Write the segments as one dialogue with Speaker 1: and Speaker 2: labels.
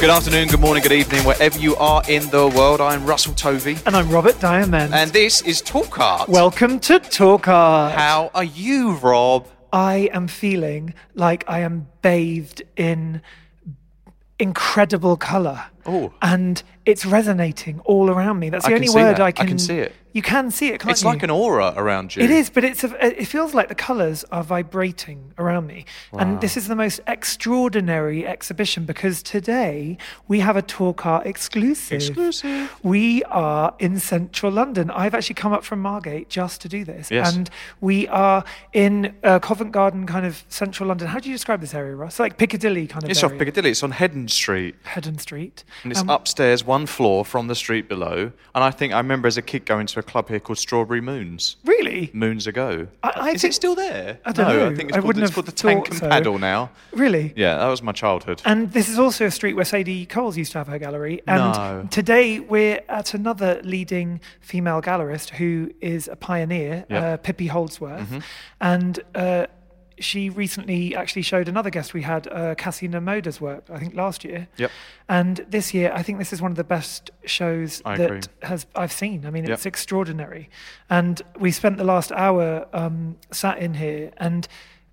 Speaker 1: Good afternoon, good morning, good evening, wherever you are in the world. I'm Russell Tovey,
Speaker 2: And I'm Robert Diamond.
Speaker 1: and this is Talk Art.
Speaker 2: Welcome to Talk Art.
Speaker 1: how are you, Rob?
Speaker 2: I am feeling like I am bathed in incredible colour.
Speaker 1: Oh.
Speaker 2: And it's resonating all around me. That's
Speaker 1: I
Speaker 2: the
Speaker 1: can
Speaker 2: only
Speaker 1: see
Speaker 2: word
Speaker 1: that.
Speaker 2: I
Speaker 1: I
Speaker 2: can
Speaker 1: can see it.
Speaker 2: You can see it, can't
Speaker 1: it's
Speaker 2: you?
Speaker 1: like an aura around you.
Speaker 2: It is, but it's a, it feels like the colours are vibrating around me. And this is the most extraordinary exhibition because today we have a talk art exclusive.
Speaker 1: Exclusive.
Speaker 2: We are in central London. I've actually come up from Margate just to do this.
Speaker 1: Yes.
Speaker 2: And we are in uh, Covent Garden, kind of central London. How do you describe this area, Russ? Like Piccadilly kind of
Speaker 1: It's off
Speaker 2: area.
Speaker 1: Piccadilly, it's on Hedden Street,
Speaker 2: Haddon Street.
Speaker 1: and it's
Speaker 2: Um,
Speaker 1: upstairs, one floor from the street below. And I think I remember as a kid going to a club here called Strawberry Moons.
Speaker 2: Really?
Speaker 1: Moons ago.
Speaker 2: I- I
Speaker 1: is
Speaker 2: think-
Speaker 1: it still there?
Speaker 2: I don't
Speaker 1: no,
Speaker 2: know.
Speaker 1: I think
Speaker 2: I
Speaker 1: it's, called,
Speaker 2: wouldn't
Speaker 1: it's
Speaker 2: have
Speaker 1: called the Tank
Speaker 2: thought
Speaker 1: and
Speaker 2: so.
Speaker 1: Paddle now.
Speaker 2: Really?
Speaker 1: Yeah, that was my childhood.
Speaker 2: And this is also a street where Sadie Coles used to have her gallery. And
Speaker 1: No.
Speaker 2: today we're at another leading female gallerist who is a pioneer,
Speaker 1: Yep. Mm-hmm.
Speaker 2: uh, Pippi Holdsworth. And uh, she recently actually showed another guest we had, uh, Cassina Moda's work, I think last year.
Speaker 1: Yep.
Speaker 2: And this year, I think this is one of the best shows
Speaker 1: I
Speaker 2: that
Speaker 1: agree.
Speaker 2: has I've seen. I mean,
Speaker 1: Yep.
Speaker 2: it's extraordinary. And we spent the last hour um, sat in here, and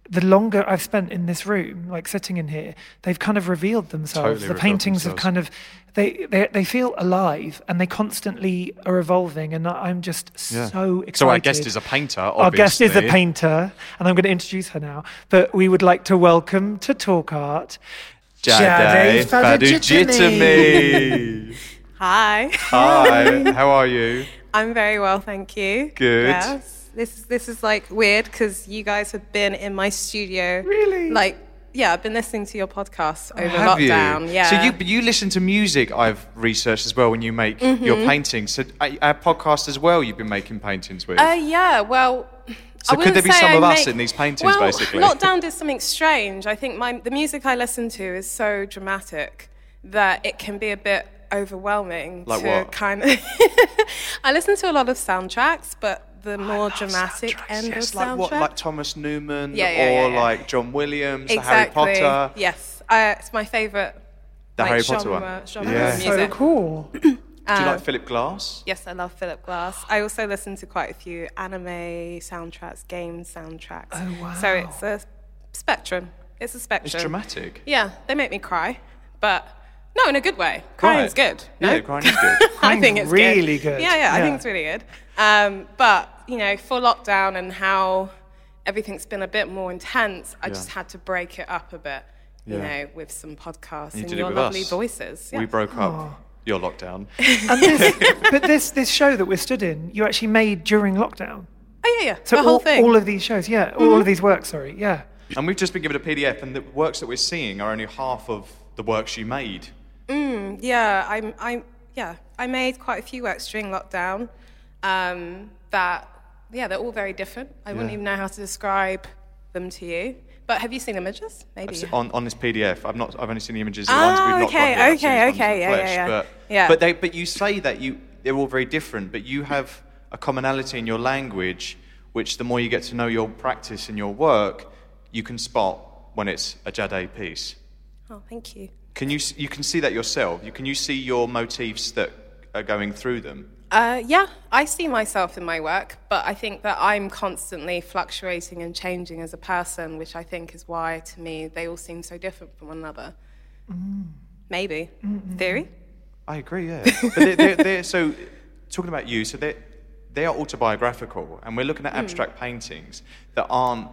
Speaker 2: the longer I've spent in this room, like sitting in here, they've kind of revealed themselves.
Speaker 1: Totally
Speaker 2: the
Speaker 1: revealed
Speaker 2: paintings have
Speaker 1: themselves.
Speaker 2: kind of they, they they feel alive, and they constantly are evolving. And I- I'm just
Speaker 1: Yeah.
Speaker 2: so excited.
Speaker 1: So our guest is a painter,
Speaker 2: Our guest is a
Speaker 1: obviously.
Speaker 2: painter, and I'm going to introduce her now. But we would like to welcome to Talk Art. Jade
Speaker 1: Faduchitami.
Speaker 3: Hi.
Speaker 1: Hi, how are you?
Speaker 3: I'm very well, thank you.
Speaker 1: Good.
Speaker 3: Yes. This is this is like weird because you guys have been in my studio.
Speaker 2: Really?
Speaker 3: Like, yeah, I've been listening to your podcast over
Speaker 1: Oh, Have
Speaker 3: lockdown.
Speaker 1: you?
Speaker 3: Yeah.
Speaker 1: So you but you listen to music. I've researched as well when you make
Speaker 3: Mm-hmm.
Speaker 1: your paintings. So uh, our podcast as well. You've been making paintings with.
Speaker 3: Uh, yeah. Well.
Speaker 1: So
Speaker 3: I
Speaker 1: could
Speaker 3: wouldn't
Speaker 1: there be
Speaker 3: say
Speaker 1: some
Speaker 3: I
Speaker 1: of us
Speaker 3: make-
Speaker 1: in these paintings,
Speaker 3: well,
Speaker 1: basically?
Speaker 3: lockdown did something strange. I think my the music I listen to is so dramatic that it can be a bit overwhelming
Speaker 1: Like
Speaker 3: to
Speaker 1: what?
Speaker 3: kind of. I listen to a lot of soundtracks, but the more dramatic end
Speaker 1: yes,
Speaker 3: of
Speaker 1: like
Speaker 3: soundtrack.
Speaker 1: what, like Thomas Newman,
Speaker 3: Yeah, yeah,
Speaker 1: or
Speaker 3: yeah, yeah.
Speaker 1: like John Williams,
Speaker 3: exactly.
Speaker 1: the Harry Potter.
Speaker 3: Yes, uh, it's my favourite.
Speaker 1: The
Speaker 3: like,
Speaker 1: Harry Potter
Speaker 3: genre,
Speaker 1: one.
Speaker 3: Genre
Speaker 1: Yeah.
Speaker 3: of
Speaker 1: So
Speaker 3: music. Uh,
Speaker 2: So cool.
Speaker 1: Do you like Philip Glass?
Speaker 3: Yes, I love Philip Glass. I also listen to quite a few anime soundtracks, game soundtracks. Oh wow! So it's a spectrum. It's a
Speaker 1: It's
Speaker 3: spectrum.
Speaker 1: dramatic.
Speaker 3: Yeah, they make me cry, but no, in a good way. Crying's
Speaker 1: Right.
Speaker 3: good.
Speaker 1: Yeah,
Speaker 3: no?
Speaker 1: crying's good.
Speaker 3: I think it's
Speaker 2: really good.
Speaker 3: Yeah, yeah, I
Speaker 2: Yeah.
Speaker 3: think it's really good. Um, but you know, for lockdown and how everything's been a bit more intense, I just had to break it up a bit. You
Speaker 1: Yeah.
Speaker 3: know, with some podcasts
Speaker 1: You
Speaker 3: and
Speaker 1: did
Speaker 3: your
Speaker 1: it with
Speaker 3: lovely
Speaker 1: us.
Speaker 3: voices.
Speaker 1: We
Speaker 3: Yeah.
Speaker 1: broke up. Your lockdown.
Speaker 2: And this, but this this show that we're stood in, you actually made during lockdown.
Speaker 3: Oh yeah, yeah.
Speaker 2: So
Speaker 3: the
Speaker 2: all,
Speaker 3: whole thing. Mm-hmm.
Speaker 2: all of these shows, yeah, all of these works. Sorry, yeah.
Speaker 1: And we've just been given a PDF, and the works that we're seeing are only half of the works you made.
Speaker 3: Yeah, I'm. I'm. Yeah, I made quite a few works during lockdown. Um, that yeah, they're all very different. I wouldn't
Speaker 1: Yeah.
Speaker 3: even know how to describe them to you. But have you seen images? Maybe. you have.
Speaker 1: on, on this PDF. I've not. I've only seen the images of the
Speaker 3: Ah,
Speaker 1: ones we've not
Speaker 3: okay,
Speaker 1: got yet. I've seen
Speaker 3: okay,
Speaker 1: the ones in
Speaker 3: okay,
Speaker 1: the
Speaker 3: yeah,
Speaker 1: flesh,
Speaker 3: yeah, yeah.
Speaker 1: But,
Speaker 3: Yeah.
Speaker 1: but they but you say that you they're all very different, but you have a commonality in your language, which the more you get to know your practice and your work, you can spot when it's a Jade piece.
Speaker 3: Oh, thank you.
Speaker 1: Can you s- you can see that yourself? You can you see your motifs that are going through them?
Speaker 3: Uh, yeah, I see myself in my work, but I think that I'm constantly fluctuating and changing as a person, which I think is why, to me, they all seem so different from one another.
Speaker 2: Mm.
Speaker 3: Maybe. Theory?
Speaker 1: I agree, yeah. but they're, they're, they're, so, talking about you, so they they are autobiographical, and we're
Speaker 3: Hmm.
Speaker 1: looking at abstract paintings that aren't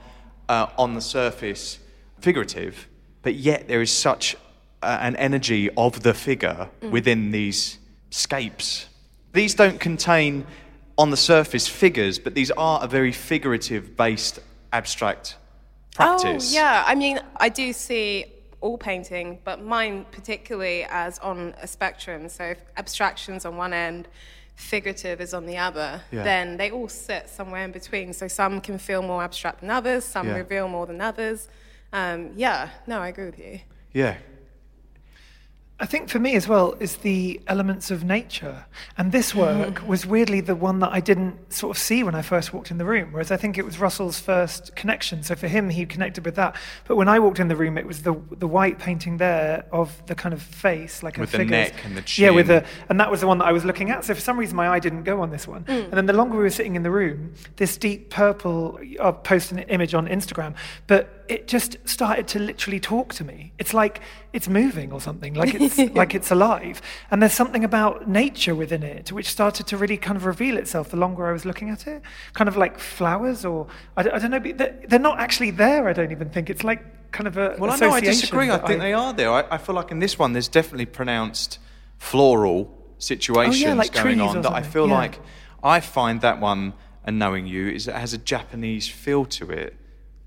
Speaker 1: uh, on the surface figurative, but yet there is such uh, an energy of the figure
Speaker 3: Hmm.
Speaker 1: within these scapes. These don't contain on the surface figures, but these are a very figurative based abstract practice.
Speaker 3: Oh, yeah. I mean, I do see all painting, but mine particularly as on a spectrum. So if abstraction's on one end, figurative is on the other,
Speaker 1: Yeah.
Speaker 3: then they all sit somewhere in between. So some can feel more abstract than others, some
Speaker 1: Yeah.
Speaker 3: reveal more than others. Um, yeah, no, I agree with you.
Speaker 1: Yeah.
Speaker 2: I think for me as well is the elements of nature. And this
Speaker 3: Mm-hmm.
Speaker 2: work was weirdly the one that I didn't sort of see when I first walked in the room, whereas I think it was Russell's first connection. So for him, he connected with that. But when I walked in the room, it was the, the white painting there of the kind of face, like
Speaker 1: With
Speaker 2: a
Speaker 1: the
Speaker 2: figure's-
Speaker 1: neck and the
Speaker 2: Yeah, with
Speaker 1: chin.
Speaker 2: the, and that was the one that I was looking at. So for some reason, my eye didn't go on this one. And then the longer we were sitting in the room, this deep purple. I'll post an image on Instagram, but it just started to literally talk to me. It's like it's moving or something, like it's like it's alive. And there's something about nature within it which started to really kind of reveal itself the longer I was looking at it. Kind of like flowers, or I, don't- I don't know. But they're, they're not actually there. I don't even think it's like kind of a
Speaker 1: Well, I know I
Speaker 2: association
Speaker 1: disagree. I
Speaker 2: that
Speaker 1: think they are there. I, I feel like in this one, there's definitely pronounced floral situations
Speaker 2: Oh, like
Speaker 1: going
Speaker 2: trees
Speaker 1: on
Speaker 2: or
Speaker 1: that I
Speaker 2: something,
Speaker 1: feel
Speaker 2: yeah.
Speaker 1: like I find that one and knowing you is it has a Japanese feel to it.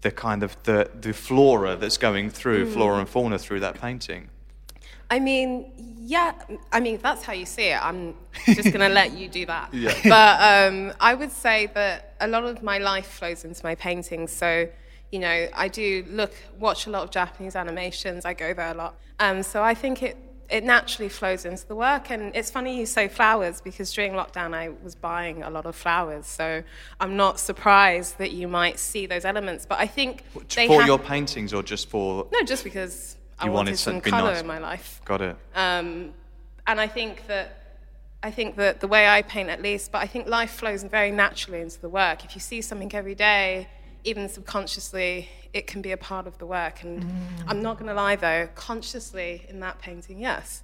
Speaker 1: The kind of the the flora that's going through
Speaker 2: Hmm.
Speaker 1: flora and fauna through that painting.
Speaker 3: I mean, yeah. I mean, if that's how you see it. I'm just going to let you do that. But um, I would say that a lot of my life flows into my paintings. So, you know, I do look, watch a lot of Japanese animations. I go there a lot. Um, so I think it it naturally flows into the work. And it's funny you say flowers because during lockdown I was buying a lot of flowers. So I'm not surprised that you might see those elements. But I think they
Speaker 1: for
Speaker 3: hap-
Speaker 1: your paintings or just for
Speaker 3: no, just because I
Speaker 1: You wanted
Speaker 3: wanted some
Speaker 1: something
Speaker 3: color
Speaker 1: nice.
Speaker 3: in my life.
Speaker 1: Got it.
Speaker 2: Uh,
Speaker 3: Um, and I think that I think that the way I paint, at least, but I think life flows very naturally into the work. If you see something every day, even subconsciously, it can be a part of the work. And I'm not going to lie, though, consciously in that painting, yes.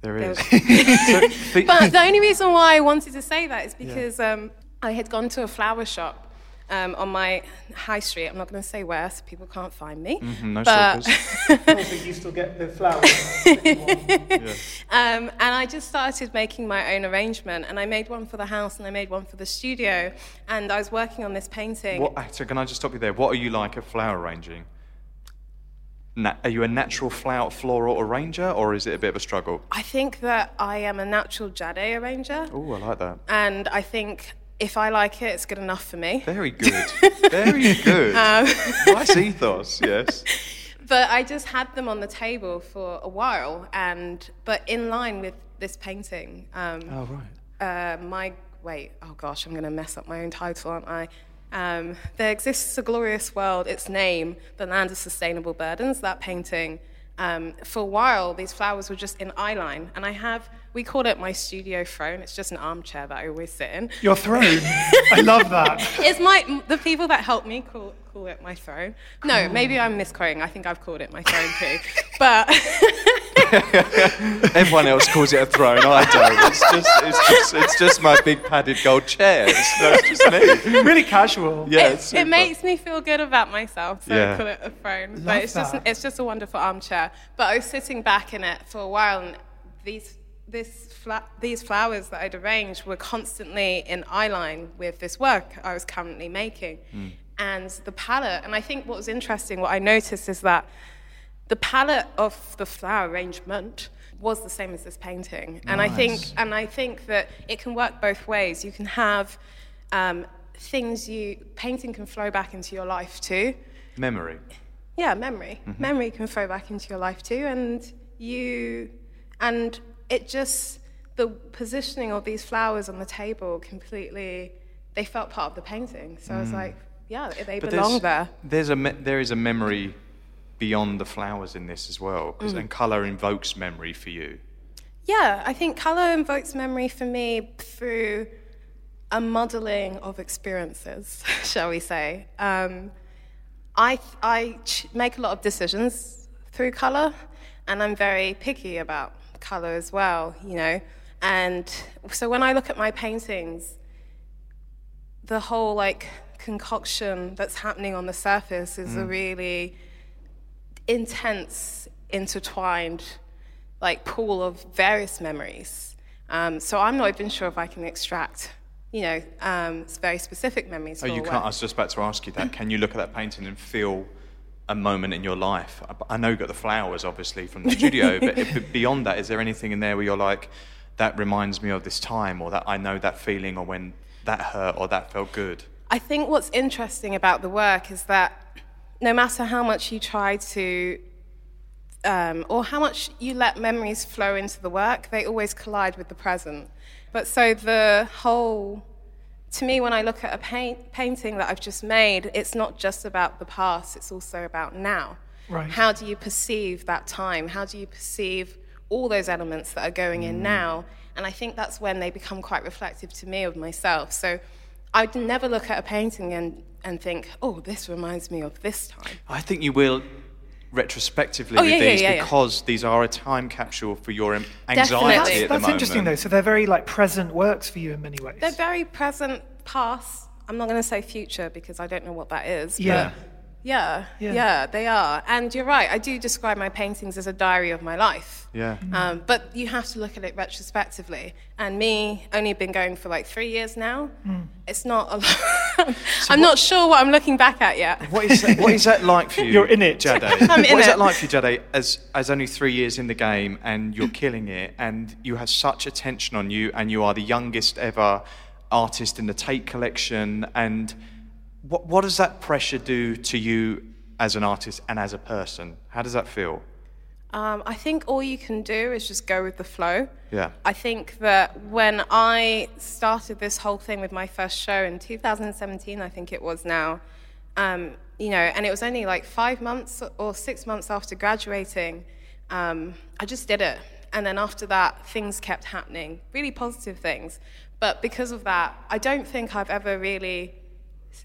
Speaker 1: there
Speaker 3: there
Speaker 1: is.
Speaker 3: was- but the only reason why I wanted to say that is because um, I had gone to a flower shop. Um, on my high street, I'm not going to say where, so people can't find me.
Speaker 1: Mm-hmm, no
Speaker 3: but-
Speaker 1: stalkers.
Speaker 2: I, you still get the flowers.
Speaker 3: Um, and I just started making my own arrangement, and I made one for the house, and I made one for the studio, and I was working on this painting.
Speaker 1: What, so can I just stop you there? What are you like at flower arranging? Na- are you a natural flower floral arranger, or is it a bit of a struggle?
Speaker 3: I think that I am a natural jade arranger,
Speaker 1: Oh, I like that.
Speaker 3: and I think if I like it, it's good enough for me.
Speaker 1: Very good. Very good.
Speaker 3: Um,
Speaker 1: nice ethos. Yes.
Speaker 3: But I just had them on the table for a while, and but in line with this painting. Um,
Speaker 1: Oh right.
Speaker 3: uh, my wait oh gosh i'm going to mess up my own title aren't i um, there exists a glorious world its name the land of sustainable burdens that painting um, for a while these flowers were just in eye line and i have we call it my studio throne it's just an armchair that i always sit in
Speaker 2: Your throne. I love that.
Speaker 3: it's my the people that helped me call call it my throne no maybe i'm misquoting i think i've called it my throne too but
Speaker 1: Everyone else calls it a throne. I don't. It's just, it's just, it's just my big padded gold chair. It's, no, it's just me.
Speaker 2: Really casual.
Speaker 1: Yeah.
Speaker 3: it,
Speaker 1: it's
Speaker 3: it
Speaker 1: super.
Speaker 3: makes me feel good about myself. So
Speaker 1: Yeah.
Speaker 3: I call it a throne.
Speaker 2: Love
Speaker 3: but it's just
Speaker 2: that.
Speaker 3: it's just a wonderful armchair. But I was sitting back in it for a while, and these this fla- these flowers that I'd arranged were constantly in eye line with this work I was currently making,
Speaker 2: Hmm.
Speaker 3: and the palette. And I think what was interesting, what I noticed is that the palette of the flower arrangement was the same as this painting and i think and i think that it can work both ways you can have um, things you painting can flow back into your life too
Speaker 1: Memory.
Speaker 3: yeah memory memory can flow back into your life too and you and it just the positioning of these flowers on the table completely they felt part of the painting so i was like yeah they belong
Speaker 1: there's,
Speaker 3: there
Speaker 1: There's a me- there is a
Speaker 3: Mm.
Speaker 1: memory beyond the flowers in this as well, 'cause- and colour invokes memory for you.
Speaker 3: Yeah, I think colour invokes memory for me through a modelling of experiences, shall we say. Um, I, I ch- make a lot of decisions through colour, and I'm very picky about colour as well, you know. And so when I look at my paintings, the whole like concoction that's happening on the surface is
Speaker 1: Mm.
Speaker 3: a really intense, intertwined, like pool of various memories. Um, so I'm not even sure if I can extract, you know, um, s- very specific memories.
Speaker 1: Oh,
Speaker 3: for
Speaker 1: you
Speaker 3: what-
Speaker 1: can't. I was just about to ask you that. Can you look at that painting and feel a moment in your life? I, I know you got the flowers, obviously, from the studio, but if, beyond that, is there anything in there where you're like, that reminds me of this time, or that I know that feeling, or when that hurt, or that felt good?
Speaker 3: I think what's interesting about the work is that no matter how much you try to, um, or how much you let memories flow into the work, they always collide with the present. But so the whole, to me, when I look at a paint, painting that I've just made, it's not just about the past, it's also about now.
Speaker 2: Right.
Speaker 3: How do you perceive that time? How do you perceive all those elements that are going in now? And I think that's when they become quite reflective to me of myself. So I'd never look at a painting and, and think, oh, this reminds me of this time.
Speaker 1: I think you will retrospectively
Speaker 3: Oh,
Speaker 1: with
Speaker 3: yeah, yeah,
Speaker 1: these
Speaker 3: yeah, yeah.
Speaker 1: because these are a time capsule for your em- anxiety
Speaker 3: Definitely.
Speaker 1: at
Speaker 2: That's,
Speaker 1: the
Speaker 2: that's
Speaker 1: moment.
Speaker 2: interesting though. So they're very like present works for you in many ways.
Speaker 3: They're very present, past. I'm not going to say future because I don't know what that is. but
Speaker 2: yeah.
Speaker 3: yeah,
Speaker 2: Yeah.
Speaker 3: yeah, they are. And you're right, I do describe my paintings as a diary of my life.
Speaker 1: Yeah.
Speaker 3: Um, but you have to look at it retrospectively. And me, only been going for like three years now. It's not a lot. I'm not sure Mm. what I'm looking back at yet.
Speaker 1: What is, that, what is that like for you?
Speaker 2: You're in it.
Speaker 1: Jade.
Speaker 3: I'm in
Speaker 1: What is
Speaker 3: it.
Speaker 1: that like for you, Jade, as, as only three years in the game and you're killing it and you have such attention on you and you are the youngest ever artist in the Tate collection? And what, what does that pressure do to you as an artist and as a person? How does that feel?
Speaker 3: Um, I think all you can do is just go with the flow.
Speaker 1: Yeah.
Speaker 3: I think that when I started this whole thing with my first show in 2017, I think it was now, um, you know, and it was only like five months or six months after graduating, um, I just did it. And then after that, things kept happening, really positive things. But because of that, I don't think I've ever really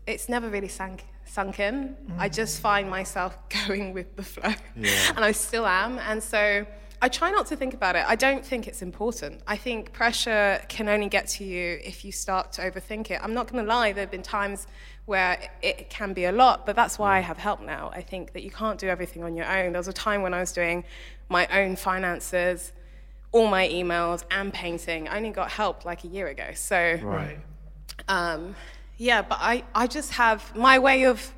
Speaker 3: it's never really sank sunk in. I just find myself going with the flow, and I still am. And so I try not to think about it. I don't think it's important. I think pressure can only get to you if you start to overthink it. I'm not going to lie. There have been times where it can be a lot, but that's why I have help now. I think that you can't do everything on your own. There was a time when I was doing my own finances. All my emails and painting. I only got help like a year ago. So,
Speaker 2: Right.
Speaker 3: um, yeah, but I, I just have my way of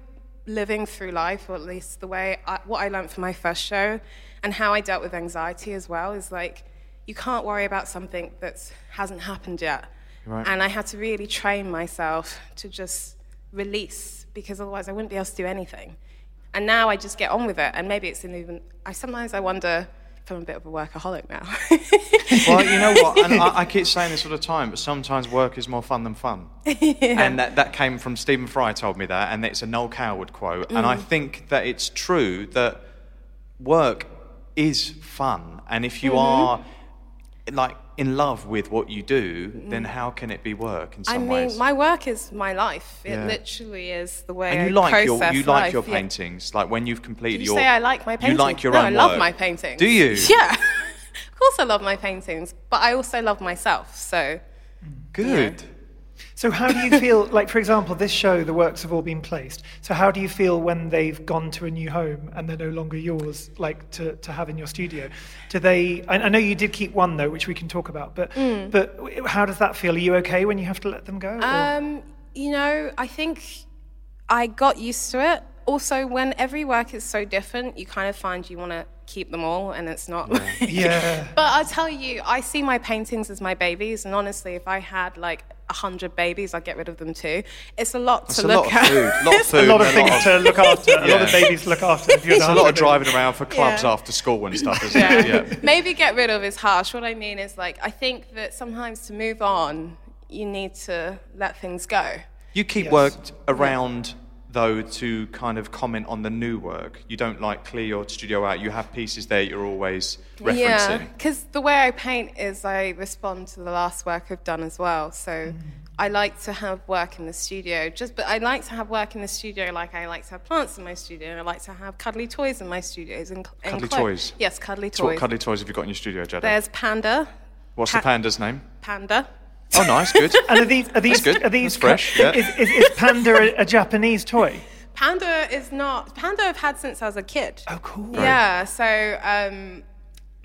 Speaker 3: living through life, or at least the way I, what I learned from my first show, and how I dealt with anxiety as well is like you can't worry about something that hasn't happened yet.
Speaker 1: Right.
Speaker 3: And I had to really train myself to just release because otherwise I wouldn't be able to do anything. And now I just get on with it, and maybe it's an even. I sometimes I wonder if I'm a bit of a workaholic now.
Speaker 1: Well, you know what? And I, I keep saying this all the time, but sometimes work is more fun than fun. And that, that came from Stephen Fry told me that, and it's a Noel Coward quote. And I
Speaker 3: Mm.
Speaker 1: think that it's true that work is fun. And if
Speaker 3: Mm-hmm.
Speaker 1: you are like in love with what you do, then how can it be work in some
Speaker 3: Mm. I mean,
Speaker 1: ways?
Speaker 3: my work is my life. It
Speaker 1: Yeah.
Speaker 3: literally is the way
Speaker 1: and you
Speaker 3: I
Speaker 1: like your
Speaker 3: process
Speaker 1: you like
Speaker 3: life.
Speaker 1: your
Speaker 3: yeah.
Speaker 1: paintings, like when you've completed
Speaker 3: Did you
Speaker 1: your.
Speaker 3: say I like my paintings?
Speaker 1: You like your
Speaker 3: no,
Speaker 1: own
Speaker 3: I love
Speaker 1: work.
Speaker 3: my paintings.
Speaker 1: Do you?
Speaker 3: Yeah. of course I love my paintings, but I also love myself. So
Speaker 1: Good.
Speaker 2: So how do you feel? Like for example, this show, the works have all been placed. So how do you feel when they've gone to a new home and they're no longer yours, like to, to have in your studio? Do they? I, I know you did keep one though, which we can talk about. But
Speaker 3: Mm.
Speaker 2: but how does that feel? Are you okay when you have to let them go? or-
Speaker 3: Um, you know, I think I got used to it. Also, when every work is so different, you kind of find you want to keep them all, and it's not.
Speaker 2: yeah.
Speaker 3: But I'll tell you, I see my paintings as my babies, and honestly, if I had like a hundred babies, I'd get rid of them too. It's a lot
Speaker 1: It's
Speaker 3: to
Speaker 1: a
Speaker 3: look
Speaker 1: lot of
Speaker 3: at.
Speaker 1: food. lot of food.
Speaker 2: A lot of
Speaker 1: and
Speaker 2: things to look after. A lot of
Speaker 1: Yeah.
Speaker 2: babies to look after. If you're
Speaker 1: It's a lot of driving around for clubs
Speaker 3: Yeah.
Speaker 1: after school and stuff, isn't it? Yeah.
Speaker 3: Maybe get rid of is harsh. What I mean is, like, I think that sometimes to move on, you need to let things go.
Speaker 1: You keep worked around though, to kind of comment on the new work. You don't like clear your studio out. You have pieces there you're always referencing.
Speaker 3: Yeah, because the way I paint is I respond to the last work I've done as well. So
Speaker 1: Mm.
Speaker 3: I like to have work in the studio. Just, but I like to have work in the studio. Like I like to have plants in my studio. And I like to have cuddly toys in my studios. And, and
Speaker 1: Cuddly
Speaker 3: clo-
Speaker 1: toys?
Speaker 3: Yes, cuddly
Speaker 1: So what
Speaker 3: toys.
Speaker 1: cuddly toys have you got in your studio, Jada?
Speaker 3: There's panda.
Speaker 1: What's the
Speaker 3: pa-
Speaker 1: panda's name?
Speaker 3: Panda.
Speaker 1: Oh, nice, good.
Speaker 2: And are these are these
Speaker 1: good.
Speaker 2: are these
Speaker 1: That's fresh, yeah.
Speaker 2: is, is, is panda a, a Japanese toy?
Speaker 3: Panda is not. Panda I've had since I was a kid.
Speaker 2: Oh, cool.
Speaker 3: Yeah, so um,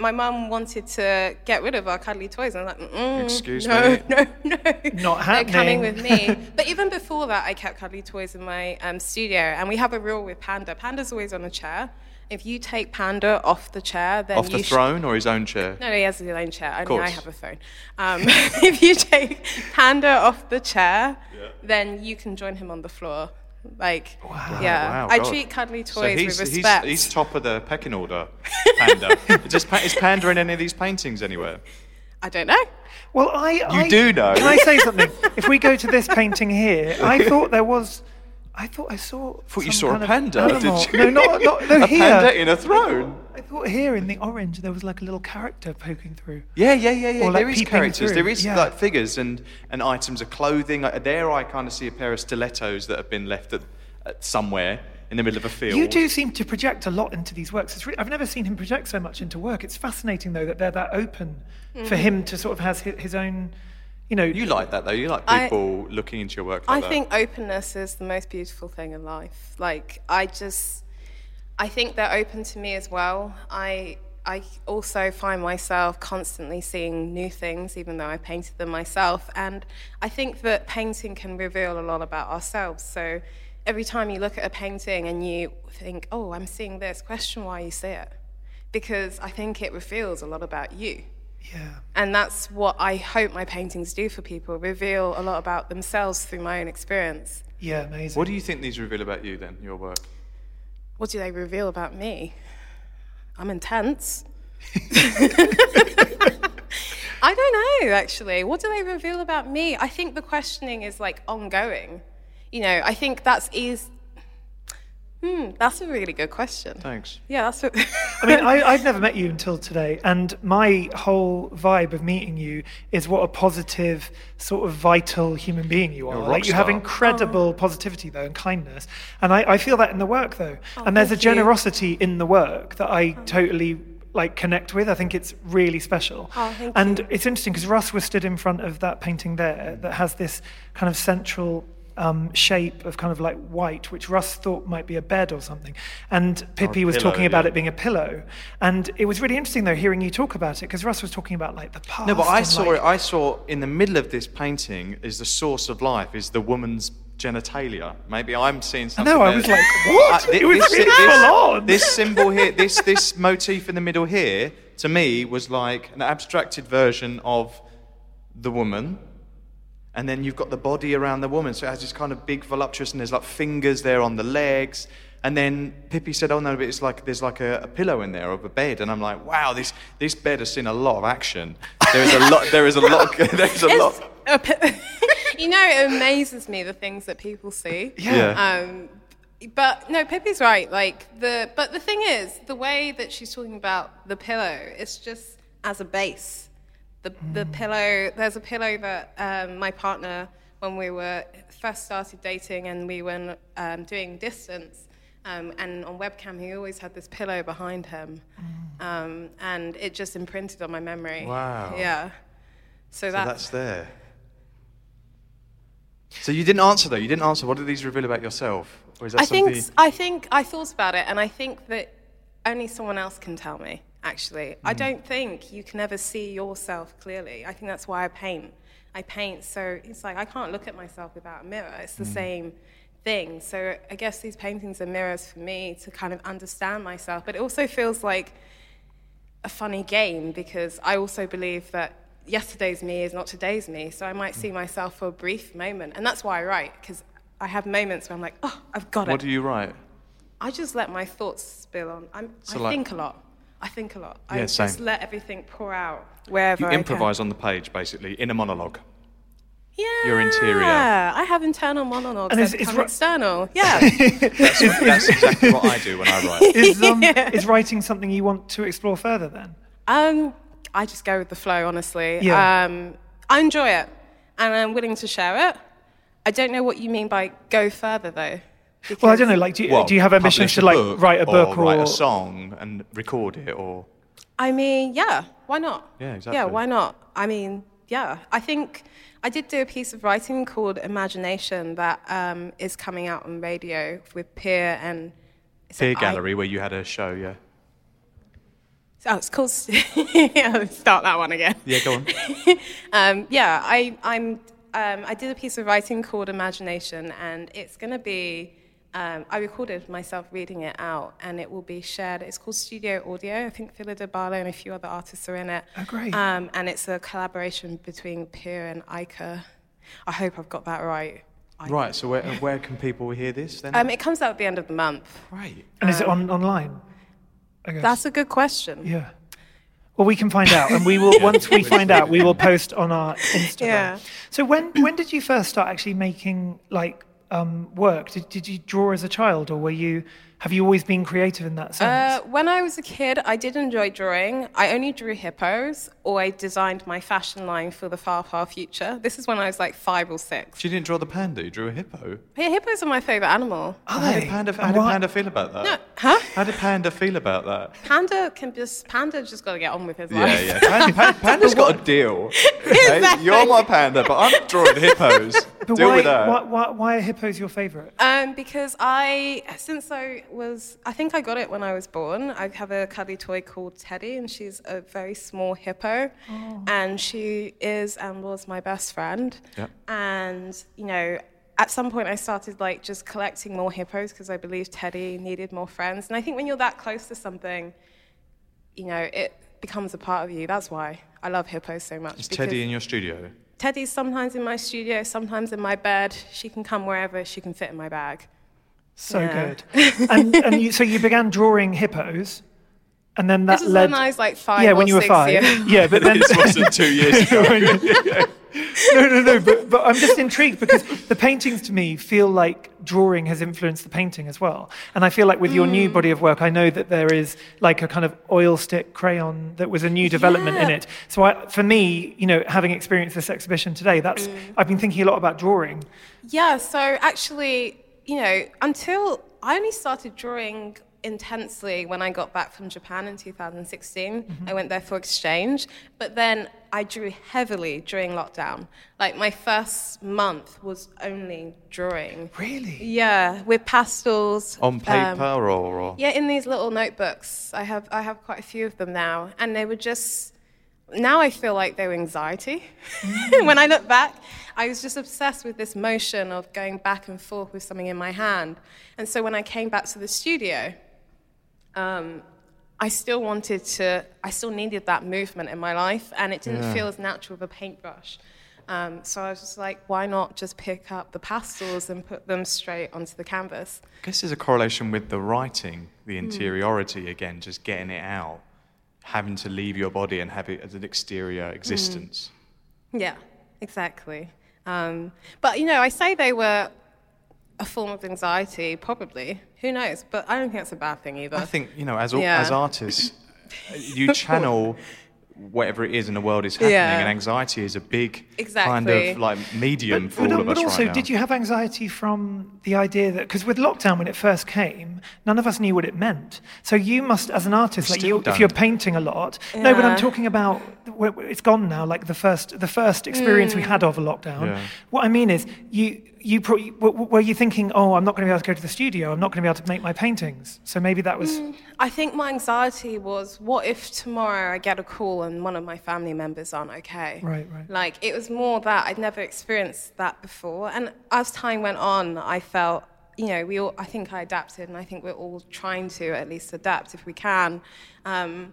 Speaker 3: my mum wanted to get rid of our cuddly toys, and I was like, Mm-mm,
Speaker 1: Excuse
Speaker 3: no,
Speaker 1: me.
Speaker 3: no, no,
Speaker 2: Not
Speaker 3: They're coming
Speaker 2: happening.
Speaker 3: with me. but even before that, I kept cuddly toys in my um, studio, and we have a rule with Panda. Panda's always on a chair. If you take Panda off the chair, then
Speaker 1: Off
Speaker 3: you
Speaker 1: the
Speaker 3: sh-
Speaker 1: throne or his own chair?
Speaker 3: no, no, he has his own chair. I mean, I
Speaker 1: course.
Speaker 3: have a phone. Um, if you take Panda off the chair, then you can join him on the floor. Like, yeah,
Speaker 1: Wow,
Speaker 3: I
Speaker 1: God.
Speaker 3: treat cuddly
Speaker 1: So
Speaker 3: toys
Speaker 1: he's,
Speaker 3: with
Speaker 1: he's-
Speaker 3: respect.
Speaker 1: He's, top of the pecking order, Panda. Does, Pa- is Panda in any of these paintings anywhere?
Speaker 3: I don't know.
Speaker 2: Well, I you I,
Speaker 1: do know.
Speaker 2: Can I say something? if we go to this painting here, I thought there was. I thought I saw.
Speaker 1: thought you saw
Speaker 2: some
Speaker 1: a
Speaker 2: kind of
Speaker 1: panda, did
Speaker 2: animal.
Speaker 1: you?
Speaker 2: No, not, not no,
Speaker 1: a
Speaker 2: here.
Speaker 1: panda in a throne?
Speaker 2: I thought here in the orange there was like a little character poking through.
Speaker 1: Yeah, yeah, yeah, yeah.
Speaker 2: Or, like,
Speaker 1: there is
Speaker 2: peeping
Speaker 1: characters.
Speaker 2: through,
Speaker 1: There is
Speaker 2: yeah.
Speaker 1: like figures and, and items of clothing. Like, there, I kind of see a pair of stilettos that have been left at, at somewhere in the middle of a field.
Speaker 2: You do seem to project a lot into these works. It's re- I've never seen him project so much into work. It's fascinating though that they're that open for him to sort of has his, his own, you know.
Speaker 1: You like that though. You like
Speaker 3: I-
Speaker 1: people looking into your work. Like
Speaker 3: I
Speaker 1: that.
Speaker 3: think openness is the most beautiful thing in life. Like I just I think they're open to me as well. I I also find myself constantly seeing new things even though I painted them myself and I think that painting can reveal a lot about ourselves. So every time you look at a painting and you think, "Oh, I'm seeing this," question why you see it. Because I think it reveals a lot about you.
Speaker 2: yeah.
Speaker 3: And that's what I hope my paintings do for people reveal a lot about themselves through my own experience.
Speaker 2: Yeah, amazing.
Speaker 1: What do you think these reveal about you then? Your work.
Speaker 3: What do they reveal about me? I'm intense. I don't know, actually. What do they reveal about me? I think the questioning is like ongoing. You know, I think that's is. Hmm, that's a really good question.
Speaker 1: Thanks.
Speaker 3: Yeah, that's. What
Speaker 2: I mean, I, I've never met you until today, and my whole vibe of meeting you is what a positive, sort of vital human being you are.
Speaker 1: You're a
Speaker 2: like
Speaker 1: rock
Speaker 2: you have
Speaker 1: star.
Speaker 2: incredible positivity though and kindness, and I, I feel that in the work though. and there's a
Speaker 3: Oh, thank you. Oh.
Speaker 2: generosity in the work that I totally like connect with. I think it's really special.
Speaker 3: Oh, thank
Speaker 2: and it's interesting because Russ was stood in front of that painting there that has this kind of central. Um, shape of kind of like white, which Russ thought might be a bed or something. And Pippi was
Speaker 1: pillow,
Speaker 2: talking about
Speaker 1: yeah.
Speaker 2: it being a pillow. And it was really interesting, though, hearing you talk about it, because Russ was talking about like the past.
Speaker 1: No, but I
Speaker 2: and,
Speaker 1: saw
Speaker 2: like-
Speaker 1: it. I saw in the middle of this painting is the source of life is the woman's genitalia. Maybe I'm seeing something.
Speaker 2: No, I
Speaker 1: there.
Speaker 2: was like, what?
Speaker 1: thi-
Speaker 2: it was really
Speaker 1: this,
Speaker 2: full on.
Speaker 1: this symbol here, this this motif in the middle here, to me was like an abstracted version of the woman. And then you've got the body around the woman, so it has this kind of big voluptuous, and there's like fingers there on the legs. And then Pippi said, "Oh no, but it's like there's like a, a pillow in there of a bed." And I'm like, "Wow, this this bed has seen a lot of action. There is a lot. There is a lot. There is a lot."
Speaker 3: you know, it amazes me the things that people see.
Speaker 1: Yeah.
Speaker 3: Um, but no, Pippi's right. Like the but the thing is, the way that she's talking about the pillow, it's just as a base. The the
Speaker 1: Hmm.
Speaker 3: pillow. There's a pillow that um, my partner, when we were first started dating and we were um, doing distance. Um, and on webcam, he always had this pillow behind him, um, and it just imprinted on my memory.
Speaker 1: Hmm. Wow.
Speaker 3: Yeah. So,
Speaker 1: So that's there. So you didn't answer though. You didn't answer. What do these reveal about yourself? Or is that
Speaker 3: I
Speaker 1: something?
Speaker 3: think I think I thought about it, and I think that only someone else can tell me. Actually, I don't think you can ever see yourself clearly. I think that's why I paint. I paint, so it's like I can't look at myself without a mirror. It's the same thing. So I guess these paintings are mirrors for me to kind of understand myself, but it also feels like a funny game because I also believe that yesterday's me is not today's me. So I might see myself for a brief moment. And that's why I write, because I have moments where I'm like, oh, I've got
Speaker 1: what
Speaker 3: it.
Speaker 1: do you write?
Speaker 3: I just let my thoughts spill on. I'm,
Speaker 1: So,
Speaker 3: I
Speaker 1: like-
Speaker 3: think a lot. I think a lot. I
Speaker 1: Yeah,
Speaker 3: just
Speaker 1: same.
Speaker 3: let everything pour out wherever
Speaker 1: You
Speaker 3: I
Speaker 1: improvise
Speaker 3: Can.
Speaker 1: on the page, basically, in a monologue.
Speaker 3: Yeah.
Speaker 1: Your interior.
Speaker 3: I have internal monologues
Speaker 2: And it's-
Speaker 3: that
Speaker 2: it's
Speaker 3: become
Speaker 2: ri-
Speaker 3: external. Yeah.
Speaker 1: That's exactly what I do when I write.
Speaker 2: Is, um, is writing something you want to explore further then?
Speaker 3: um, I just go with the flow, honestly.
Speaker 2: Yeah.
Speaker 3: Um, I enjoy it and I'm willing to share it. I don't know what you mean by go further, though.
Speaker 2: Well, I don't know. Like, do you,
Speaker 1: Well,
Speaker 2: do you have
Speaker 1: publish
Speaker 2: ambitions to like
Speaker 1: book
Speaker 2: write a book or,
Speaker 1: write a song and record it or
Speaker 3: I mean, yeah, why not?
Speaker 1: Yeah, exactly.
Speaker 3: Yeah, why not? I mean, yeah, I think I did do a piece of writing called Imagination that um, is coming out on radio with Peer and is it
Speaker 1: Peer
Speaker 3: I-
Speaker 1: Gallery where you had a show, yeah.
Speaker 3: oh, it's called. yeah, start that one again.
Speaker 1: Yeah, go on.
Speaker 3: um, yeah, I, I'm, um, I did a piece of writing called Imagination, and it's going to be. Um, I recorded myself reading it out, and it will be shared. It's called Studio Audio. I think Phila de Barlo and a few other artists are in it.
Speaker 2: Oh, great.
Speaker 3: Um, and it's a collaboration between Peer and Ica. I hope I've got that right.
Speaker 1: right, so where, where can people hear this then?
Speaker 3: Um, it comes out at the end of the month.
Speaker 1: Great.
Speaker 2: and is it on online? I guess.
Speaker 3: That's a good question.
Speaker 2: yeah. Well, we can find out, and we will. Once we find out, we will post on our Instagram.
Speaker 3: Yeah.
Speaker 2: So when when did you first start actually making like um, work? Did, did you draw as a child, or were you have you always been creative in that sense?
Speaker 3: Uh, when I was a kid, I did enjoy drawing. I only drew hippos, or I designed my fashion line for the far, far future. This is when I was like five or six.
Speaker 1: She didn't draw the panda, you drew a hippo.
Speaker 3: Yeah, hippos are my favorite animal.
Speaker 1: How did panda, how did
Speaker 2: Why-
Speaker 1: panda feel about that?
Speaker 3: No, huh?
Speaker 1: How did panda feel about that?
Speaker 3: Panda can just panda just got to get on with his
Speaker 1: Yeah,
Speaker 3: life.
Speaker 1: yeah. Panda, pan- panda's got a deal. okay?
Speaker 3: Exactly.
Speaker 1: You're my panda, but I'm drawing hippos.
Speaker 2: but
Speaker 1: deal
Speaker 2: why,
Speaker 1: with that.
Speaker 2: why, why, why are hippos your favourite?
Speaker 3: Um, because I, since I was, I think I got it when I was born. I have a cuddly toy called Teddy, and she's a very small hippo,
Speaker 1: Oh.
Speaker 3: and she is and was my best friend.
Speaker 1: Yep.
Speaker 3: And you know, at some point, I started like just collecting more hippos because I believed Teddy needed more friends. And I think when you're that close to something, you know, it becomes a part of you. That's why I love hippos so much.
Speaker 1: Is
Speaker 3: because-
Speaker 1: Teddy in your studio?
Speaker 3: Teddy's sometimes in my studio, sometimes in my bed. She can come wherever she can fit in my bag.
Speaker 2: So
Speaker 3: Yeah.
Speaker 2: good. And, and you, so you began drawing hippos, and then that
Speaker 3: This is
Speaker 2: led.
Speaker 3: when I was like five.
Speaker 2: yeah,
Speaker 3: or
Speaker 2: when you were
Speaker 3: six
Speaker 2: five.
Speaker 3: years-
Speaker 2: Yeah, but then
Speaker 1: This wasn't two years ago.
Speaker 2: no, no, no. But, but I'm just intrigued because the paintings to me feel like drawing has influenced the painting as well. And I feel like with your new body of work, I know that there is like a kind of oil stick crayon that was a new development in
Speaker 3: Yeah.
Speaker 2: it. So I, for me, you know, having experienced this exhibition today, that's I've been thinking a lot about drawing.
Speaker 3: Yeah, so actually, you know, until I only started drawing intensely when I got back from Japan in 2016. I went there for exchange, but then I drew heavily during lockdown. Like my first month was only drawing.
Speaker 2: Really?
Speaker 3: Yeah, with pastels.
Speaker 1: On
Speaker 3: um,
Speaker 1: paper or, or?
Speaker 3: Yeah, in these little notebooks. I have I have quite a few of them now, and they were just. Now I feel like they were anxiety. when I look back, I was just obsessed with this motion of going back and forth with something in my hand, and so when I came back to the studio, um, I still wanted to. I still needed that movement in my life, and it didn't feel as natural with a paintbrush. Um, so I was just like, why not just pick up the pastels and put them straight onto the canvas?
Speaker 1: I guess there's a correlation with the writing, the
Speaker 3: Hmm.
Speaker 1: interiority again, just getting it out, having to leave your body and have it as an exterior
Speaker 3: Hmm.
Speaker 1: existence.
Speaker 3: Yeah, exactly. Um, but you know, I say they were a form of anxiety, probably. Who knows? But I don't think that's a bad thing either.
Speaker 1: I think you know, as al-
Speaker 3: Uh, Yeah.
Speaker 1: as artists, uh, you channel whatever it is in the world is happening,
Speaker 3: Yeah.
Speaker 1: and anxiety is a big kind
Speaker 3: Exactly.
Speaker 1: of like medium for
Speaker 2: But,
Speaker 1: all
Speaker 2: al-
Speaker 1: of
Speaker 2: but
Speaker 1: us
Speaker 2: also,
Speaker 1: right now.
Speaker 2: did you have anxiety from the idea that because with lockdown when it first came, none of us knew what it meant. So you must, as an artist, like
Speaker 1: still
Speaker 2: you, if
Speaker 1: don't.
Speaker 2: you're painting a lot. No, but I'm
Speaker 3: Yeah.
Speaker 2: talking about w- w- it's gone now. Like the first, the first experience we had of a lockdown.
Speaker 1: Yeah.
Speaker 2: What I mean is, you you probably w- w- were you thinking, oh, I'm not going to be able to go to the studio. I'm not going to be able to make my paintings. So maybe that was
Speaker 3: I think my anxiety was what if tomorrow I get a call and one of my family members aren't okay?
Speaker 2: Right, right.
Speaker 3: Like, it was more that I'd never experienced that before. And as time went on, I felt, you know, we all, I think I adapted, and I think we're all trying to at least adapt if we can. Um,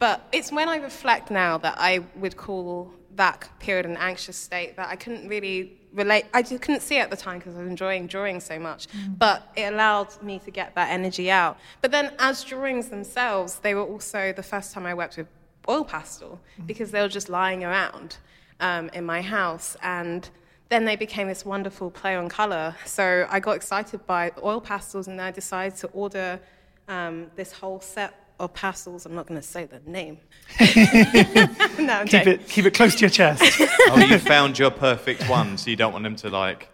Speaker 3: but it's when I reflect now that I would call that period an anxious state that I couldn't really relate. I just couldn't see it at the time because I was enjoying drawing so much. But it allowed me to get that energy out. But then, as drawings themselves, they were also the first time I worked with oil pastel because they were just lying around um, in my house. And then they became this wonderful play on color. So I got excited by oil pastels, and I decided to order um, this whole set of pastels. I'm not going to say the name. no, I'm
Speaker 2: Keep
Speaker 3: joking.
Speaker 2: it, keep it close to your chest.
Speaker 1: oh, you found your perfect one, so you don't want them to like.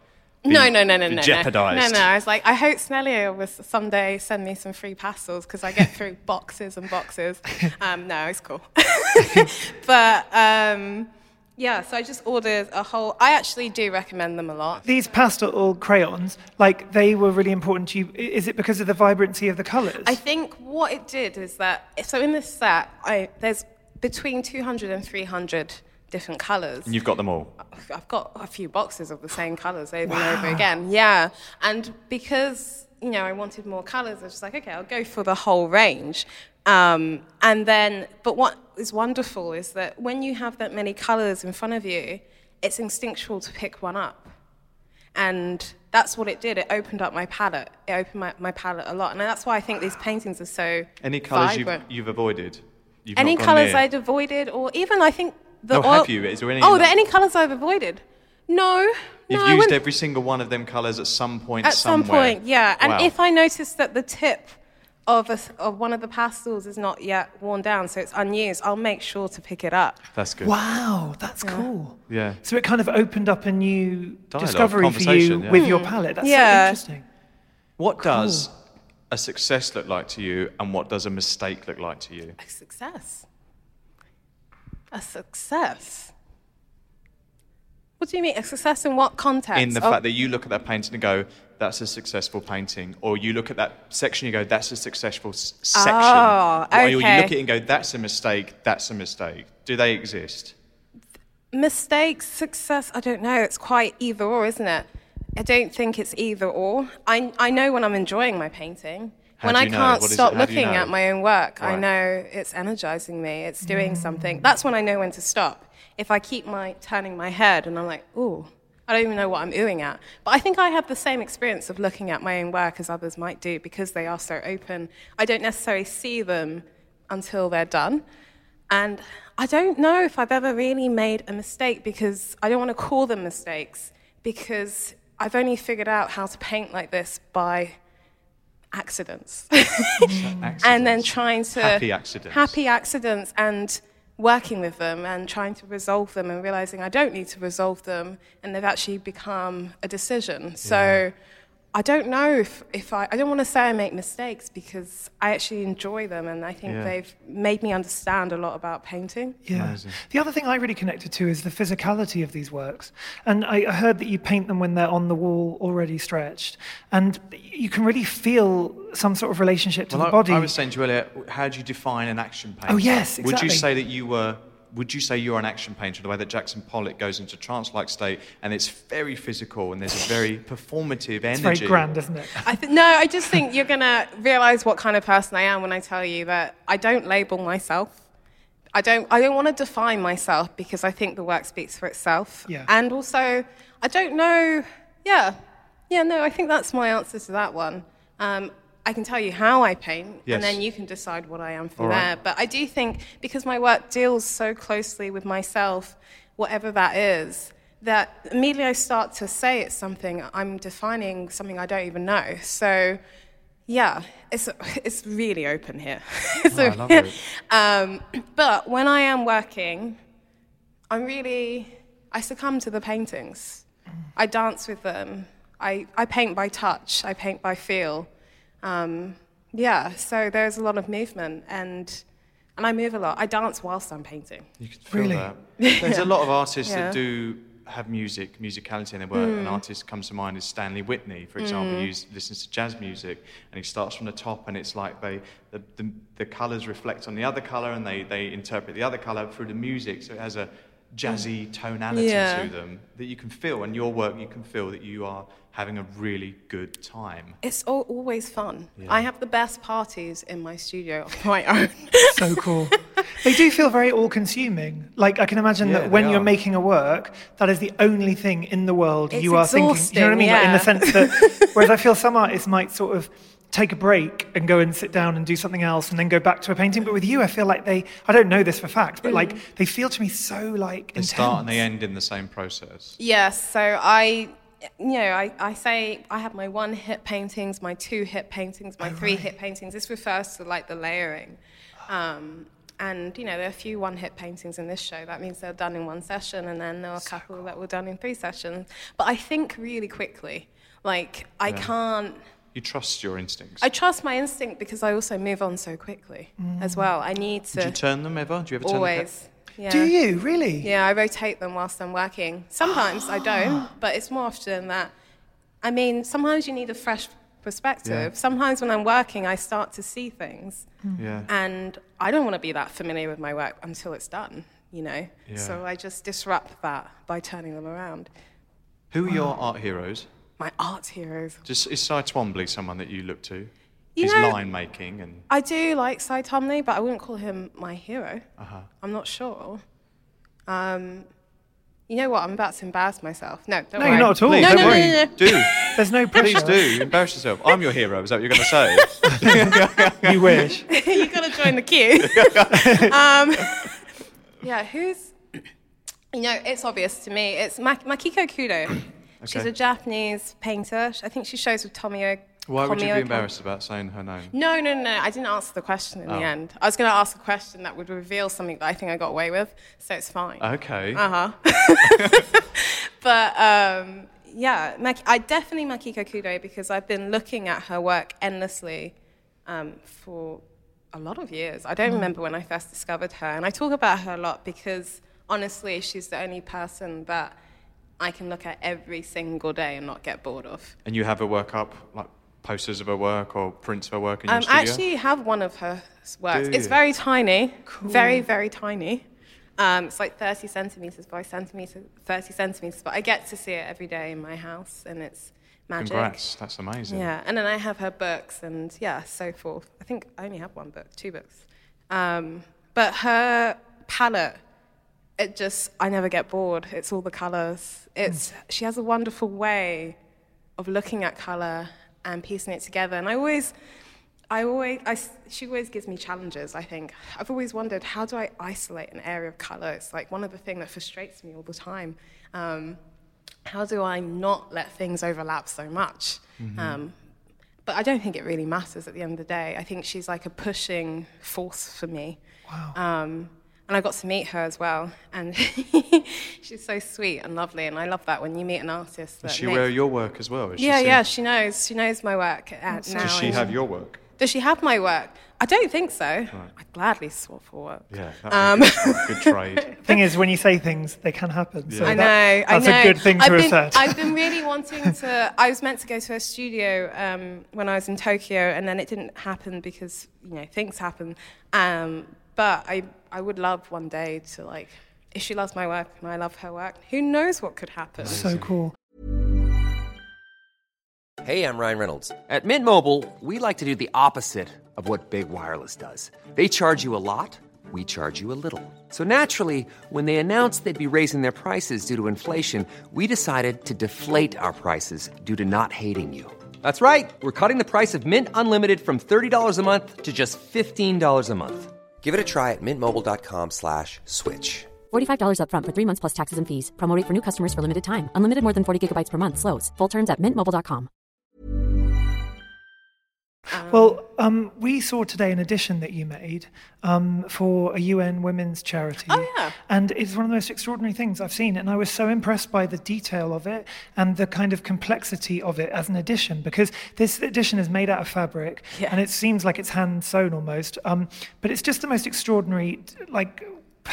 Speaker 1: be
Speaker 3: No, no, no, no, no.
Speaker 1: Jeopardized.
Speaker 3: No, no. I was like, I hope Smellier will someday send me some free pastels because I get through boxes and boxes. Um, no, it's cool. but um, yeah, so I just ordered a whole. I actually do recommend them a lot.
Speaker 2: These pastel crayons, like they were really important to you. I- Is it because of the vibrancy of the colours?
Speaker 3: I think what it did is that so in this set, I, there's between 200 and 300 different colors.
Speaker 1: You've got them all.
Speaker 3: I've got a few boxes of the same colours over and over again. Yeah, and because you know I wanted more colours, I was just like, okay, I'll go for the whole range. Um, and then, but what is wonderful is that when you have that many colours in front of you, it's instinctual to pick one up, and that's what it did. It opened up my palette. It opened my, my palette a lot, and that's why I think these paintings are so
Speaker 1: Any colours you've,
Speaker 3: vibrant
Speaker 1: you've avoided? You've
Speaker 3: any
Speaker 1: not gone
Speaker 3: colours
Speaker 1: near?
Speaker 3: I'd avoided, or even I think
Speaker 1: No,
Speaker 3: the. oil-
Speaker 1: have you? Is there any-
Speaker 3: Oh, are there any colours I've avoided? No.
Speaker 1: You've
Speaker 3: no, I
Speaker 1: used
Speaker 3: wouldn't-
Speaker 1: every single one of them colours at some point
Speaker 3: At some
Speaker 1: somewhere.
Speaker 3: point, yeah. And
Speaker 1: Wow.
Speaker 3: if I notice that the tip of a, of one of the pastels is not yet worn down, so it's unused, I'll make sure to pick it up.
Speaker 1: That's good.
Speaker 2: Wow, that's cool.
Speaker 1: Yeah.
Speaker 2: So it kind of opened up a new
Speaker 1: Dialogue,
Speaker 2: discovery for you
Speaker 1: conversation, yeah.
Speaker 2: with your palette. That's so
Speaker 3: Yeah.
Speaker 2: interesting.
Speaker 1: What does a success look like to you, and what does a mistake look like to you?
Speaker 3: A success. A success. What do you mean? A success in what context?
Speaker 1: In the
Speaker 3: Of-
Speaker 1: fact that you look at that painting and go, "That's a successful painting," or you look at that section and go, "That's a successful s- section,"
Speaker 3: Oh,
Speaker 1: or you look
Speaker 3: okay.
Speaker 1: at it and go, "That's a mistake. That's a mistake." Do they exist?
Speaker 3: mistakes, success, I don't know. It's quite either or, isn't it? I don't think it's either or. I, I know when I'm enjoying my painting.
Speaker 1: How
Speaker 3: when
Speaker 1: do
Speaker 3: I
Speaker 1: you know?
Speaker 3: can't
Speaker 1: What is it?
Speaker 3: stop
Speaker 1: How do you
Speaker 3: looking
Speaker 1: know?
Speaker 3: at my own work, I
Speaker 1: Right.
Speaker 3: know it's energizing me, it's doing something. That's when I know when to stop. If I keep my turning my head and I'm like, ooh, I don't even know what I'm oohing at. But I think I have the same experience of looking at my own work as others might do because they are so open. I don't necessarily see them until they're done. And I don't know if I've ever really made a mistake because I don't want to call them mistakes because I've only figured out how to paint like this by accidents. and then
Speaker 1: Accidents.
Speaker 3: trying to
Speaker 1: Happy accidents.
Speaker 3: happy accidents and working with them and trying to resolve them and realizing I don't need to resolve them and they've actually become a decision. So I don't know if, if I I don't want to say I make mistakes because I actually enjoy them and I think
Speaker 1: Yeah.
Speaker 3: they've made me understand a lot about painting.
Speaker 2: Yeah. The other thing I really connected to is the physicality of these works. And I, I heard that you paint them when they're on the wall already stretched. And you can really feel some sort of relationship to
Speaker 1: Well,
Speaker 2: the
Speaker 1: I,
Speaker 2: body. Oh,
Speaker 1: I was saying to you earlier, how do you define an action painter?
Speaker 2: yes,
Speaker 1: Would
Speaker 2: exactly.
Speaker 1: you say that you were? Would you say you're an action painter? The way that Jackson Pollock goes into trance-like state, and it's very physical, and there's a very performative energy.
Speaker 2: it's very grand, isn't it?
Speaker 3: I th- no, I just think you're gonna realize what kind of person I am when I tell you that I don't label myself. I don't. I don't want to define myself because I think the work speaks for itself.
Speaker 2: Yeah.
Speaker 3: And also, I don't know. Yeah, yeah. No, I think that's my answer to that one. Um, I can tell you how I paint,
Speaker 1: Yes.
Speaker 3: and then you can decide what I am
Speaker 1: All
Speaker 3: from
Speaker 1: right.
Speaker 3: there. But I do think because my work deals so closely with myself, whatever that is, that immediately I start to say it's something, I'm defining something I don't even know. So, yeah, it's, it's really open here. so,
Speaker 1: Oh, I love it.
Speaker 3: Um, but when I am working, I'm really, I succumb to the paintings. I dance with them. I, I paint by touch, I paint by feel. Um, yeah, so there's a lot of movement and, and I move a lot. I dance whilst I'm painting.
Speaker 1: You could feel
Speaker 2: Really?
Speaker 1: that. There's a lot of artists
Speaker 3: Yeah. Hmm.
Speaker 1: that do have music, musicality in their work. An artist comes to mind is Stanley Whitney, for example. He s- listens to jazz music, and he starts from the top, and it's like they the, the, the colors reflect on the other color, and they they interpret the other color through the music. So it has a jazzy tonality
Speaker 3: Hmm. Yeah.
Speaker 1: to them that you can feel. And your work, you can feel that you are having a really good time.
Speaker 3: It's all, always fun. I have the best parties in my studio of my own.
Speaker 2: so cool. They do feel very all consuming. Like, I can imagine
Speaker 1: Yeah,
Speaker 2: that when
Speaker 1: they
Speaker 2: you're
Speaker 1: are.
Speaker 2: making a work, that is the only thing in the world
Speaker 3: It's
Speaker 2: you are thinking. Do you know what I mean?
Speaker 3: exhausting,
Speaker 2: Like, in the sense that, whereas I feel some artists might sort of take a break and go and sit down and do something else and then go back to a painting. But with you, I feel like they, I don't know this for fact, but
Speaker 3: Mm.
Speaker 2: like they feel to me so like
Speaker 1: They
Speaker 2: intense.
Speaker 1: start and they end in the same process.
Speaker 3: Yes, so I, you know, I, I say I have my one hit paintings, my two hit paintings, my three hit paintings. This refers to like the layering. Um, and, you know, there are a few one hit paintings in this show. That means they're done in one session, and then there are a couple that were done in three sessions. But I think really quickly. Like, I can't.
Speaker 1: You trust your instincts.
Speaker 3: I trust my instinct because I also move on so quickly as well. I need to
Speaker 1: Do you turn them ever? Do you ever turn
Speaker 3: always. Yeah.
Speaker 2: Do you really?
Speaker 3: Yeah, I rotate them whilst I'm working. Sometimes I don't, but it's more often that. I mean, sometimes you need a fresh perspective.
Speaker 1: Yeah.
Speaker 3: Sometimes when I'm working, I start to see things,
Speaker 1: the cap? Yeah.
Speaker 3: and I don't want to be that familiar with my work until it's done, you know?
Speaker 1: Yeah.
Speaker 3: So I just disrupt that by turning them around.
Speaker 1: Who are your art heroes?
Speaker 3: My art heroes.
Speaker 1: Just is Cy Twombly someone that you look to?
Speaker 3: You
Speaker 1: His
Speaker 3: know-
Speaker 1: line making and
Speaker 3: I do like Cy Tomley, but I wouldn't call him my hero.
Speaker 1: Uh-huh.
Speaker 3: I'm not sure. Um, you know what? I'm about to embarrass myself. No, don't
Speaker 2: No,
Speaker 3: worry.
Speaker 2: you're not at all.
Speaker 3: No,
Speaker 2: Don't
Speaker 3: no,
Speaker 2: worry.
Speaker 3: no, no, no.
Speaker 1: do.
Speaker 2: There's no pressure.
Speaker 1: Please do. You Embarrass yourself. I'm your hero. Is that what you're going to say?
Speaker 2: You wish.
Speaker 3: you gotta join the queue. um, yeah, who's? You know, it's obvious to me. It's Mak- Makiko Kudo. She's
Speaker 1: Okay.
Speaker 3: a Japanese painter. Sh- I think she shows with Tomio.
Speaker 1: Why would you
Speaker 3: Tomio-
Speaker 1: be embarrassed Oh. about saying her name?
Speaker 3: No, no, no. I didn't answer the question in the end. I was gonna ask a question that would reveal something that I think I got away with, so it's fine.
Speaker 1: Okay.
Speaker 3: Uh-huh. But um, yeah, Mak- I definitely Makiko Kudo because I've been looking at her work endlessly um, for a lot of years. I don't
Speaker 1: Mm.
Speaker 3: remember when I first discovered her, and I talk about her a lot because honestly, she's the only person that I can look at every single day and not get bored of.
Speaker 1: And you have her work up, like posters of her work or prints of her work in your
Speaker 3: Um, I
Speaker 1: studio?
Speaker 3: actually have one of her s- works.
Speaker 1: Do
Speaker 3: It's
Speaker 1: you?
Speaker 3: very tiny, very, very tiny. Um, it's like 30 centimeters by centimeter, 30 centimeters, but I get to see it every day in my house, and it's magic.
Speaker 1: Congrats. That's amazing.
Speaker 3: Yeah, and then I have her books and yeah, so forth. I think I only have one book, two books. Um, but her palette, it just, I never get bored. It's all the colors. It's, she has a wonderful way of looking at color and piecing it together. And I always, I always, I s she always gives me challenges, I think. I've always wondered, how do I isolate an area of color? It's like one of the things that frustrates me all the time. Um, how do I not let things overlap so much? Um, but I don't think it really matters at the end of the day. I think she's like a pushing force for me. Wow. Um, and I got to meet her as well, and she's so sweet and lovely, and I love that when you meet an artist. That
Speaker 1: Does she
Speaker 3: makes-
Speaker 1: wear your work as well? Is she
Speaker 3: yeah,
Speaker 1: seen-
Speaker 3: yeah, she knows. She knows my work uh, now.
Speaker 1: Does she
Speaker 3: and-
Speaker 1: have your work?
Speaker 3: Does she have my work? I don't think so. I'd gladly swap for work. Um,
Speaker 1: Yeah. That would be a good, good trade.
Speaker 2: thing is, when you say things, they can happen. So
Speaker 3: I know.
Speaker 2: that-
Speaker 3: I
Speaker 2: that's
Speaker 3: know.
Speaker 2: a good thing to
Speaker 3: I've
Speaker 2: have
Speaker 3: been,
Speaker 2: said.
Speaker 3: I've been really wanting to. I was meant to go to a studio um, when I was in Tokyo, and then it didn't happen because you know things happen. Um, but I, I would love one day to like. If she loves my work and I love her work, who knows what could happen?
Speaker 2: so cool.
Speaker 4: Hey, I'm Ryan Reynolds. At Mint Mobile, we like to do the opposite of what Big Wireless does. They charge you a lot, we charge you a little. So naturally, when they announced they'd be raising their prices due to inflation, we decided to deflate our prices due to not hating you. That's right. We're cutting the price of Mint Unlimited from $30 a month to just $15 a month.
Speaker 5: Give it a try at mintmobile.com slash switch.
Speaker 6: $45 upfront for three months plus taxes and fees. Promo rate for new customers for limited time. Unlimited more than 40 gigabytes per month. Slows. Full terms at mintmobile.com.
Speaker 2: Well, um, we saw today an edition that you made um, for a UN women's charity.
Speaker 3: Oh, yeah.
Speaker 2: And it's one of the most extraordinary things I've seen. And I was so impressed by the detail of it and the kind of complexity of it as an edition, because this edition is made out of fabric and it seems like it's hand sewn almost. Um, but it's just the most extraordinary, like,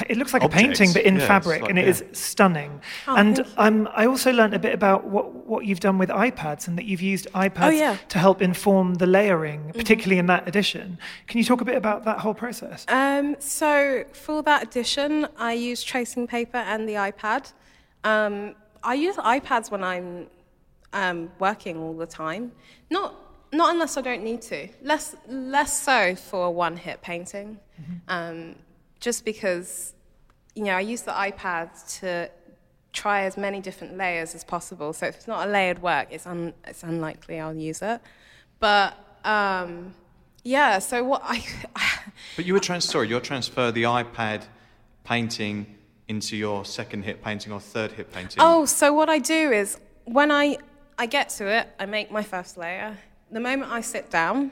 Speaker 2: it looks like
Speaker 1: Objects.
Speaker 2: a painting, but in
Speaker 1: Yeah, it's
Speaker 2: fabric,
Speaker 1: like-
Speaker 2: and it
Speaker 1: yeah.
Speaker 2: is stunning.
Speaker 3: Oh,
Speaker 2: and um, I also learned a bit about what, what you've done with iPads and that you've used iPads
Speaker 3: Oh, yeah. Mm-hmm.
Speaker 2: to help inform the layering, particularly in that edition. Can you talk a bit about that whole process?
Speaker 3: Um, so for that edition, I use tracing paper and the iPad. Um, I use iPads when I'm um, working all the time. Not not unless I don't need to. Less less so for a one-hit painting, um, just because you know I use the iPad to try as many different layers as possible. So if it's not a layered work, it's un- it's unlikely I'll use it. But um, yeah, so what I,
Speaker 1: But you were trans. Sorry, you transfer the iPad painting into your second hit painting or third hit painting.
Speaker 3: Oh, so what I do is when I I get to it, I make my first layer. The moment I sit down,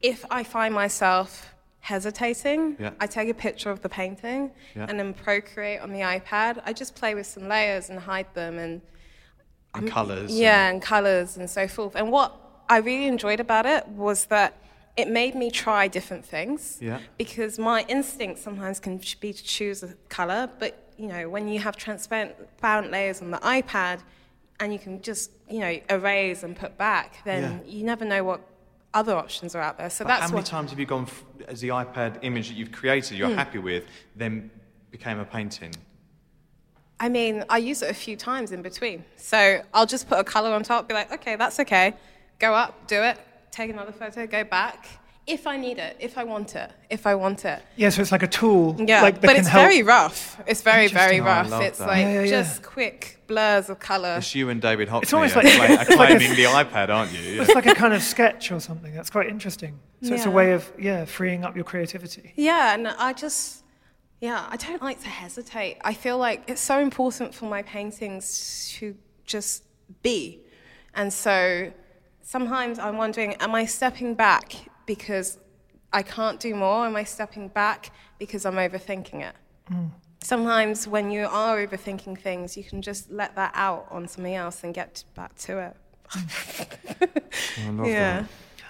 Speaker 3: if I find myself hesitating,
Speaker 1: Yeah.
Speaker 3: I take a picture of the painting
Speaker 1: Yeah.
Speaker 3: and then procreate on the iPad. I just play with some layers and hide them and
Speaker 1: and colours.
Speaker 3: yeah, and colors and so forth. And what I really enjoyed about it was that it made me try different things.
Speaker 1: Yeah.
Speaker 3: Because my instinct sometimes can ch- be to choose a color, but you know, when you have transparent transparent layers on the iPad and you can just, you know, erase and put back, then
Speaker 1: Yeah.
Speaker 3: you never know what other options are out there. So
Speaker 1: But
Speaker 3: that's
Speaker 1: how many
Speaker 3: what Hmm.
Speaker 1: times have you gone f- as the iPad image that you've created, you're happy with, then became a painting?
Speaker 3: I mean, I use it a few times in between. So I'll just put a color on top, be like, okay, that's okay. Go up, do it, take another photo, go back. If I need it, if I want it, if I want it.
Speaker 2: Yeah, so it's like a tool.
Speaker 3: Yeah,
Speaker 2: like, that
Speaker 3: but
Speaker 2: can
Speaker 3: it's
Speaker 2: help.
Speaker 3: very rough. It's very, very
Speaker 1: Interesting. Oh, I
Speaker 3: rough.
Speaker 1: love
Speaker 3: It's
Speaker 1: that.
Speaker 3: like
Speaker 2: Yeah, yeah, yeah.
Speaker 3: just quick blurs of color.
Speaker 1: It's you and David Hockney
Speaker 2: almost
Speaker 1: are,
Speaker 2: like-
Speaker 1: cla- are
Speaker 2: it's like a-
Speaker 1: claiming the iPad, aren't you? Yeah.
Speaker 2: It's like a kind of sketch or something. That's quite interesting. So it's a
Speaker 3: Yeah.
Speaker 2: way of yeah freeing up your creativity.
Speaker 3: Yeah, and I just, yeah, I don't like to hesitate. I feel like it's so important for my paintings to just be. And so sometimes I'm wondering, am I stepping back because I can't do more? Am I stepping back because I'm overthinking it? Sometimes when you are overthinking things, you can just let that out on something else and get back to it. yeah.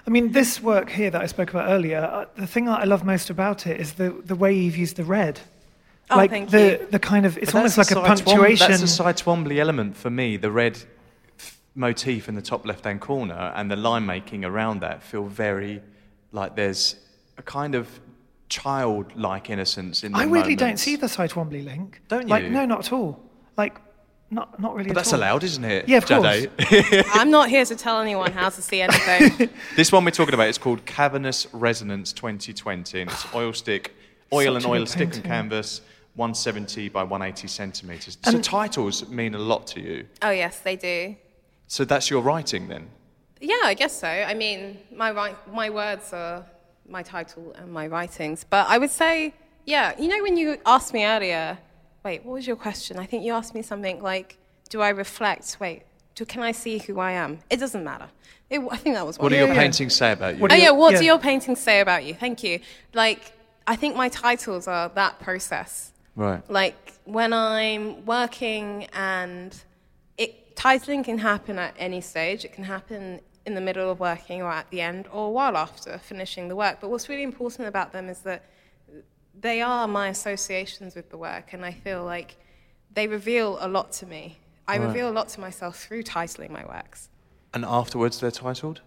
Speaker 2: I mean, this work here that I spoke about earlier, uh, the thing that I love most about it is the, the way you've used the red.
Speaker 3: Oh,
Speaker 2: like
Speaker 3: thank
Speaker 2: the,
Speaker 3: you.
Speaker 2: the kind of, it's
Speaker 1: But
Speaker 2: almost like
Speaker 1: that's
Speaker 2: a
Speaker 1: the Cy Twom-
Speaker 2: punctuation.
Speaker 1: that's the Cy Twombly element for me. The red f- motif in the top left-hand corner and the line making around that feel very like there's a kind of childlike innocence in. The
Speaker 2: I weirdly
Speaker 1: moments.
Speaker 2: don't see the Cy Twombly link.
Speaker 1: Don't
Speaker 2: Like,
Speaker 1: you?
Speaker 2: no, not at all. Like, not, not really
Speaker 1: But
Speaker 2: at
Speaker 1: that's
Speaker 2: all.
Speaker 1: allowed, isn't it?
Speaker 2: Yeah, of
Speaker 1: Jade?
Speaker 3: I'm not here to tell anyone how to see anything.
Speaker 1: This one we're talking about is called Cavernous Resonance 2020, and it's oil stick, oil
Speaker 2: Such
Speaker 1: and
Speaker 2: a
Speaker 1: oil
Speaker 2: good
Speaker 1: stick and
Speaker 2: painting.
Speaker 1: canvas, 170 by 180 centimeters. So titles mean a lot to you.
Speaker 3: oh, yes, they do.
Speaker 1: So that's your writing then.
Speaker 3: Yeah, I guess so. I mean, my wri- my words are my title and my writings, but I would say, yeah, you know, when you asked me earlier, wait, what was your question? I think you asked me something like, do I reflect? Wait, do, can I see who I am? It doesn't matter. It, I think that was
Speaker 1: What
Speaker 3: one.
Speaker 1: do your
Speaker 2: yeah.
Speaker 1: paintings say about you?
Speaker 2: What
Speaker 3: Oh
Speaker 2: do
Speaker 3: yeah, what do
Speaker 2: yeah.
Speaker 3: your paintings say about you? Thank you. Like, I think my titles are that process.
Speaker 1: right.
Speaker 3: Like when I'm working and it titling can happen at any stage. It can happen in the middle of working or at the end or while after finishing the work. But what's really important about them is that they are my associations with the work and I feel like they reveal a lot to me. I reveal a lot to myself through titling my works.
Speaker 1: And afterwards they're titled?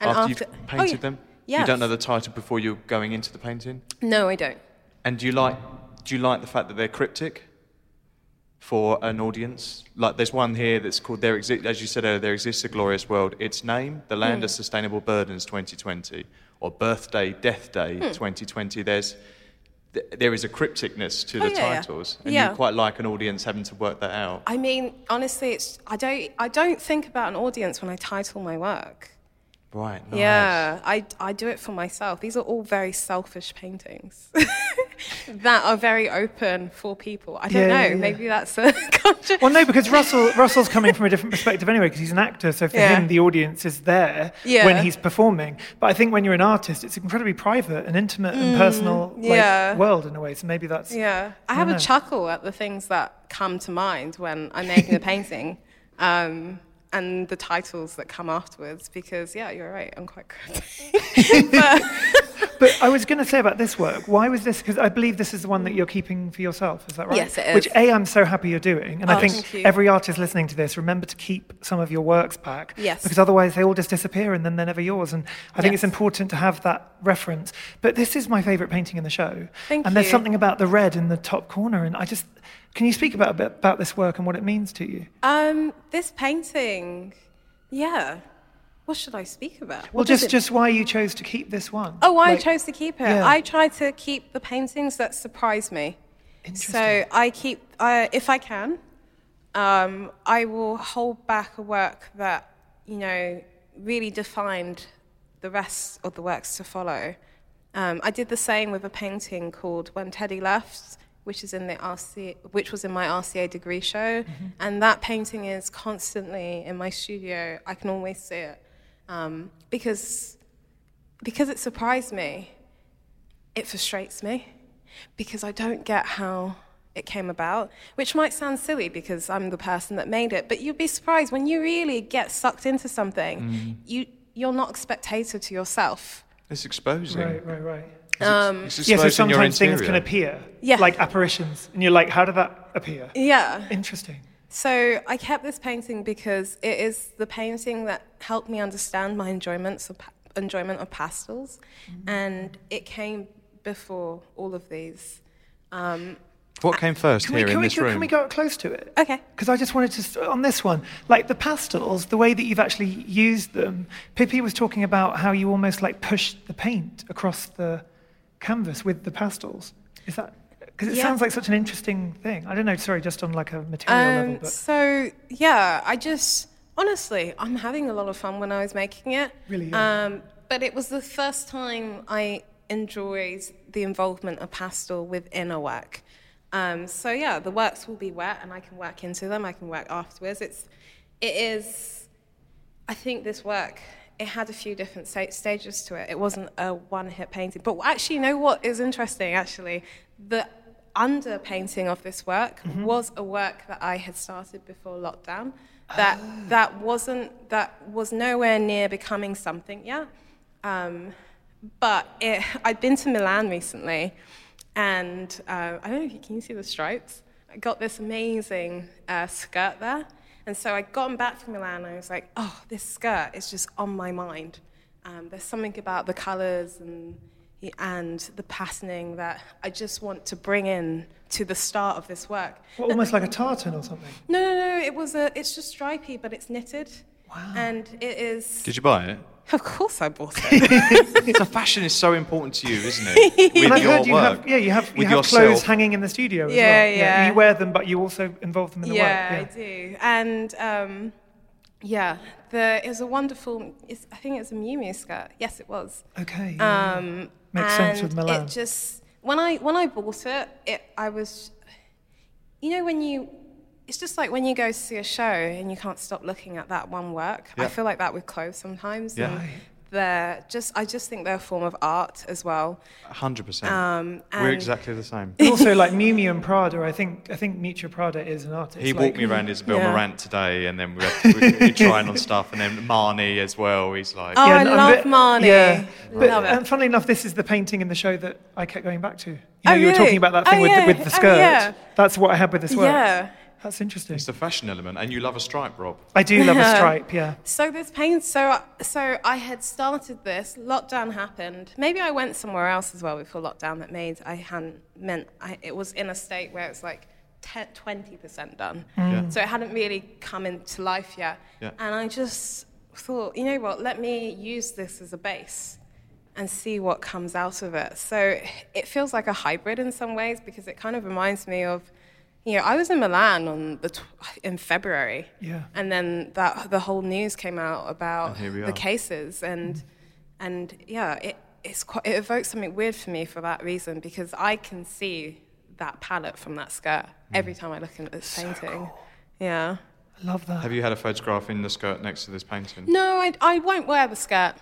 Speaker 3: And
Speaker 1: after,
Speaker 3: after-
Speaker 1: you've
Speaker 3: oh,
Speaker 1: painted
Speaker 3: yeah.
Speaker 1: them? You
Speaker 3: Yes.
Speaker 1: don't know the title before you're going into the painting?
Speaker 3: No, I don't.
Speaker 1: And do you like do you like the fact that they're cryptic for an audience? Like there's one here that's called there exi- as you said earlier, there exists a glorious world. Its name, the land of sustainable burdens 2020 or birthday death day
Speaker 3: Hmm.
Speaker 1: 2020. There's th- there is a crypticness to the
Speaker 3: Oh, yeah, yeah.
Speaker 1: titles and
Speaker 3: Yeah.
Speaker 1: you quite like an audience having to work that out.
Speaker 3: I mean, honestly, it's I don't I don't think about an audience when I title my work.
Speaker 1: Right.
Speaker 2: Oh,
Speaker 3: Yeah, I, I do it for myself. These are all very selfish paintings that are very open for people. I
Speaker 2: Yeah,
Speaker 3: don't know.
Speaker 2: yeah, yeah.
Speaker 3: Maybe that's a conscious.
Speaker 2: Well, no, because Russell Russell's coming from a different perspective anyway, because he's an actor. So for
Speaker 3: Yeah.
Speaker 2: him, the audience is there
Speaker 3: Yeah.
Speaker 2: when he's performing. But I think when you're an artist, it's incredibly private and intimate and personal like,
Speaker 3: Mm, yeah.
Speaker 2: world in a way. So maybe that's
Speaker 3: Yeah, I have a
Speaker 2: know.
Speaker 3: chuckle at the things that come to mind when I'm making a painting, um, and the titles that come afterwards. Because yeah, you're right. I'm quite cryptic. but,
Speaker 2: But I was going to say about this work. Why was this? Because I believe this is the one that you're keeping for yourself. Is that right?
Speaker 3: Yes, it
Speaker 2: Which
Speaker 3: is.
Speaker 2: a I'm so happy you're doing, and I
Speaker 3: Oh,
Speaker 2: think
Speaker 3: thank you.
Speaker 2: every artist listening to this, remember to keep some of your works back.
Speaker 3: Yes.
Speaker 2: Because otherwise they all just disappear, and then they're never yours. And I think it's
Speaker 3: Yes.
Speaker 2: important to have that reference. But this is my favourite painting in the show.
Speaker 3: Thank
Speaker 2: And there's
Speaker 3: you.
Speaker 2: something about the red in the top corner, and I just can you speak about a bit about this work and what it means to you?
Speaker 3: um, this painting, yeah. What should I speak about?
Speaker 2: well,
Speaker 3: What does
Speaker 2: just
Speaker 3: it-
Speaker 2: just why you chose to keep this one.
Speaker 3: Oh, I
Speaker 2: Like-
Speaker 3: chose to keep it.
Speaker 2: Yeah.
Speaker 3: I try to keep the paintings that surprise me. So I keep, uh, if I can, um, I will hold back a work that you know really defined the rest of the works to follow. Um, I did the same with a painting called When Teddy Left, which is in the RC, which was in my RCA degree show, and that painting is constantly in my studio. I can always see it um, because because it surprised me. It frustrates me because I don't get how it came about, which might sound silly because I'm the person that made it, but you'd be surprised when you really get sucked into something, you you're not a spectator to yourself.
Speaker 1: It's exposing.
Speaker 2: Right, right, right.
Speaker 3: Um,
Speaker 1: it's
Speaker 2: Yeah,
Speaker 1: exposing
Speaker 2: so sometimes
Speaker 1: your
Speaker 2: things can
Speaker 1: interior.
Speaker 2: appear,
Speaker 3: Yeah.
Speaker 2: like apparitions, and you're like, how did that appear?
Speaker 3: Yeah.
Speaker 2: Interesting.
Speaker 3: So I kept this painting because it is the painting that helped me understand my enjoyments of pa- enjoyment of pastels, and it came before all of these.
Speaker 1: What came first
Speaker 2: Can
Speaker 1: here
Speaker 2: we,
Speaker 1: in
Speaker 2: can, we,
Speaker 1: this
Speaker 2: go,
Speaker 1: room?
Speaker 2: can we go up close to it?
Speaker 3: Okay.
Speaker 2: Because I just wanted to, st- on this one, like the pastels, the way that you've actually used them. Pippi was talking about how you almost like push the paint across the canvas with the pastels. Is that, because it
Speaker 3: Yeah.
Speaker 2: sounds like such an interesting thing. I don't know, sorry, just on like a material level.
Speaker 3: Um,
Speaker 2: But.
Speaker 3: so yeah, I just honestly, I'm having a lot of fun when I was making it.
Speaker 2: Really, yeah.
Speaker 3: Um, but it was the first time I enjoyed the involvement of pastel within a work. Um, so yeah, the works will be wet, and I can work into them. I can work afterwards. It's, it is. I think this work. It had a few different sta- stages to it. It wasn't a one-hit painting. But actually, you know what is interesting? Actually, the under painting of this work was a work that I had started before lockdown. That that wasn't that was nowhere near becoming something yet. Um, but it, I'd been to Milan recently, and uh, I don't know if you can see the stripes. I got this amazing uh, skirt there, and so I'd gotten back from Milan, and I was like, "Oh, this skirt is just on my mind." Um, there's something about the colours and and the patterning that I just want to bring in to the start of this work.
Speaker 2: Well, almost like a tartan or something.
Speaker 3: No, no, no. It was a. It's just stripy, but it's knitted. Wow. And it is.
Speaker 1: Did you buy it?
Speaker 3: Of course, I bought it.
Speaker 1: so fashion is so important to you, isn't it? With
Speaker 2: And I've
Speaker 1: your
Speaker 2: heard you
Speaker 1: work.
Speaker 2: have, yeah, you have, you
Speaker 1: with
Speaker 2: have
Speaker 1: yourself.
Speaker 2: clothes hanging in the studio as
Speaker 3: Yeah,
Speaker 2: well.
Speaker 3: yeah.
Speaker 2: You wear them, but you also involve them in the
Speaker 3: yeah,
Speaker 2: work.
Speaker 3: I do. And um, yeah, the it was a wonderful. It's, I think it was a Miu Miu skirt. Yes, it was.
Speaker 2: Okay. yeah.
Speaker 3: Um,
Speaker 2: Makes sense with
Speaker 3: and
Speaker 2: Milan.
Speaker 3: It just when I when I bought it, it I was, you know, when you. It's just like when you go see a show and you can't stop looking at that one work. I
Speaker 1: Yeah.
Speaker 3: feel like that with clothes sometimes.
Speaker 1: Yeah.
Speaker 3: And they're just, I just think they're a form of art as well.
Speaker 1: 100%.
Speaker 3: Um,
Speaker 1: We're
Speaker 3: and-
Speaker 1: exactly the same.
Speaker 2: And also, like Miu Miu and Prada, I think I think Miuccia Prada is an artist.
Speaker 1: He
Speaker 2: like-
Speaker 1: walked me around Isabel
Speaker 3: Yeah.
Speaker 1: Morant today, and then we had to, we, we trying on stuff, and then Marnie as well. He's like,
Speaker 3: Oh, I
Speaker 2: and I'm
Speaker 3: love
Speaker 2: bit-
Speaker 3: Marnie.
Speaker 2: Yeah. But, um,
Speaker 3: Love it.
Speaker 2: And funnily enough, this is the painting in the show that I kept going back to. You know,
Speaker 3: Oh,
Speaker 2: you were
Speaker 3: really?
Speaker 2: talking about that
Speaker 3: Oh,
Speaker 2: thing with,
Speaker 3: yeah.
Speaker 2: the, with
Speaker 3: Oh,
Speaker 2: the skirt.
Speaker 3: yeah.
Speaker 2: That's what I had with this work.
Speaker 3: Yeah.
Speaker 2: That's interesting.
Speaker 1: it's the fashion element, and you love a stripe, Rob.
Speaker 2: I do love a stripe, yeah.
Speaker 3: So this pain. So so I had started this. Lockdown happened. Maybe I went somewhere else as well before lockdown. That made I hadn't meant. I, it was in a state where it's like 20 percent done. So it hadn't really come into life yet.
Speaker 1: Yeah.
Speaker 3: And I just thought, you know what? Let me use this as a base and see what comes out of it. So it feels like a hybrid in some ways because it kind of reminds me of. You know, I was in Milan on the tw- in February,
Speaker 2: Yeah.
Speaker 3: and then that the whole news came out about
Speaker 1: here we
Speaker 3: the
Speaker 1: are.
Speaker 3: cases and and yeah, it it's quite, it evokes something weird for me for that reason because I can see that palette from that skirt
Speaker 1: Mm.
Speaker 3: every time I look at this painting. Yeah.
Speaker 2: I love that.
Speaker 1: Have you had a photograph in the skirt next to this painting?
Speaker 3: No, I I won't wear the skirt.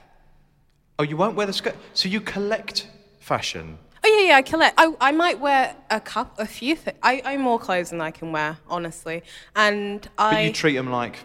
Speaker 1: Oh, you won't wear the skirt. So you collect fashion.
Speaker 3: Oh yeah, yeah, I collect. I I might wear a cup, a few. Th- I own more clothes than I can wear, honestly. And I. Hmm.
Speaker 1: But you treat them like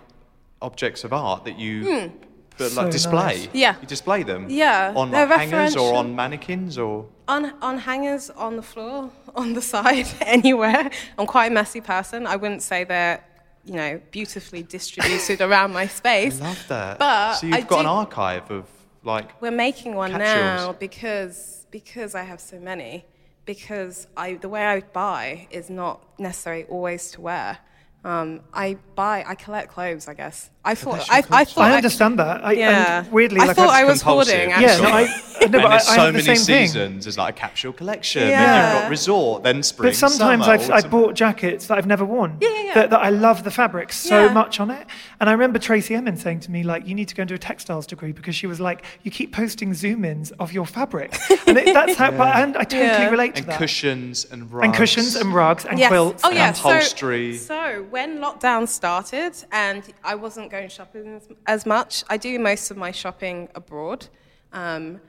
Speaker 1: objects of art that you but
Speaker 2: So
Speaker 1: like display.
Speaker 2: nice.
Speaker 3: Yeah.
Speaker 1: You display them.
Speaker 3: Yeah,
Speaker 1: On
Speaker 3: they're
Speaker 1: like, hangers or
Speaker 3: referential.
Speaker 1: on mannequins or.
Speaker 3: On, on hangers, on the floor, on the side, anywhere. I'm quite a messy person. I wouldn't say they're, you know, beautifully distributed around my space.
Speaker 1: I love that.
Speaker 3: But
Speaker 1: so you've
Speaker 3: I
Speaker 1: got an
Speaker 3: do-
Speaker 1: archive of like.
Speaker 3: We're making one now
Speaker 1: Capsules.
Speaker 3: because because I have so many. Because I the way I buy is not necessarily always to wear. Um, I buy, I collect clothes. I guess I thought I, I thought
Speaker 2: I understand that. I,
Speaker 3: Yeah,
Speaker 2: And weirdly,
Speaker 3: I
Speaker 2: like
Speaker 3: thought
Speaker 2: I,
Speaker 3: I was
Speaker 1: compulsive.
Speaker 3: hoarding.
Speaker 2: Yeah,
Speaker 3: Actually.
Speaker 2: no, I, No, but
Speaker 1: and
Speaker 2: I,
Speaker 1: there's
Speaker 2: I
Speaker 1: so
Speaker 2: have the
Speaker 1: many
Speaker 2: same thing.
Speaker 1: seasons. There's like a capsule collection. Then
Speaker 7: Yeah.
Speaker 1: you've got resort. Then spring.
Speaker 2: But sometimes
Speaker 1: summer,
Speaker 2: I've, I
Speaker 1: autumn.
Speaker 2: bought jackets that I've never worn.
Speaker 3: yeah, yeah.
Speaker 2: That, that I love the fabric so
Speaker 3: Yeah.
Speaker 2: much on it. And I remember Tracy Emin saying to me, like, you need to go and do a textiles degree because she was like, you keep posting zoom ins of your fabric. And it, that's how, but, and I totally
Speaker 3: Yeah.
Speaker 2: relate to
Speaker 1: and
Speaker 2: that.
Speaker 1: cushions and rugs.
Speaker 2: and cushions and rugs and quilts.
Speaker 3: Oh, yeah. so-
Speaker 1: upholstery.
Speaker 3: So, when lockdown started and I wasn't going shopping as, as much, I do most of my shopping abroad. Um,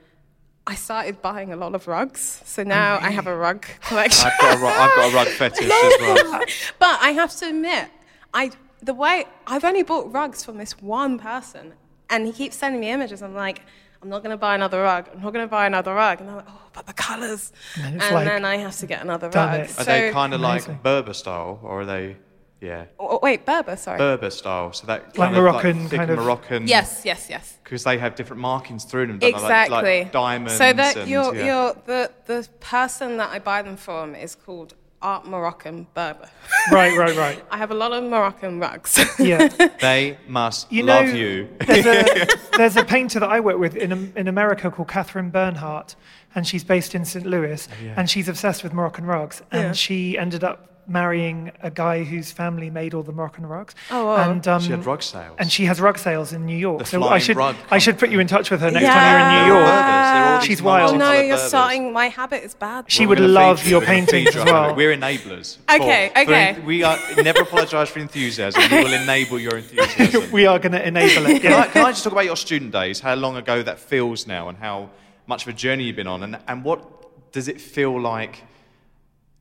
Speaker 3: I started buying a lot of rugs, so now I have a rug collection.
Speaker 1: I've got a rug, I've got a rug fetish as well.
Speaker 3: but I have to admit, I the way I've only bought rugs from this one person, and he keeps sending me images. I'm like, I'm not going to buy another rug. I'm not going to buy another rug. And I'm like, oh, but the colours.
Speaker 2: And
Speaker 3: And,
Speaker 2: it's like,
Speaker 3: then I have to get another
Speaker 2: damn
Speaker 3: rug.
Speaker 2: it.
Speaker 1: Are
Speaker 3: So,
Speaker 1: they kind of
Speaker 2: Amazing.
Speaker 1: like Berber style, or are they? Yeah,
Speaker 3: oh, wait, Berber, sorry.
Speaker 1: Berber style. So that
Speaker 2: Like
Speaker 1: kind of,
Speaker 2: Moroccan
Speaker 1: like thick
Speaker 2: kind of-
Speaker 1: Moroccan.
Speaker 3: Yes, yes, yes.
Speaker 1: Because they have different markings through them. don't they? Like-
Speaker 3: Exactly.
Speaker 1: Like, diamonds.
Speaker 3: So that
Speaker 1: and,
Speaker 3: you're,
Speaker 1: yeah.
Speaker 3: you're the the person that I buy them from is called Art Moroccan Berber.
Speaker 2: Right, right, right.
Speaker 3: I have a lot of Moroccan rugs.
Speaker 2: Yeah.
Speaker 1: They must
Speaker 2: You
Speaker 1: love
Speaker 2: know-
Speaker 1: you.
Speaker 2: there's a, there's a painter that I work with in, Am- in America called Catherine Bernhardt, and she's based in St. Louis,
Speaker 1: Oh,
Speaker 2: and she's obsessed with Moroccan rugs. And she ended up marrying a guy whose family made all the Moroccan rugs. Oh, and, um,
Speaker 1: She had rug sales.
Speaker 2: And she has rug sales in New York.
Speaker 1: The
Speaker 2: so I
Speaker 1: flying
Speaker 2: should,
Speaker 1: rug
Speaker 2: I should put you in touch with her next time you're in
Speaker 1: They're
Speaker 2: New
Speaker 1: all
Speaker 2: York.
Speaker 1: Berbers. They're all these
Speaker 2: She's wild.
Speaker 3: oh no,
Speaker 1: multicolored
Speaker 3: you're
Speaker 1: Berbers.
Speaker 3: starting. My habit is bad.
Speaker 2: She
Speaker 1: We're
Speaker 2: would
Speaker 1: gonna
Speaker 2: love
Speaker 1: feed you.
Speaker 2: your
Speaker 1: We're gonna
Speaker 2: paintings
Speaker 1: feed you
Speaker 2: as
Speaker 1: on it.
Speaker 2: well.
Speaker 1: We're enablers.
Speaker 3: Okay,
Speaker 1: Paul. We're
Speaker 3: okay.
Speaker 1: en- we are, never apologise for enthusiasm. We will enable your enthusiasm.
Speaker 2: We are going to enable it.
Speaker 1: can,
Speaker 2: Yeah.
Speaker 1: I, can I just talk about your student days? How long ago that feels now, and how much of a journey you've been on, and, and what does it feel like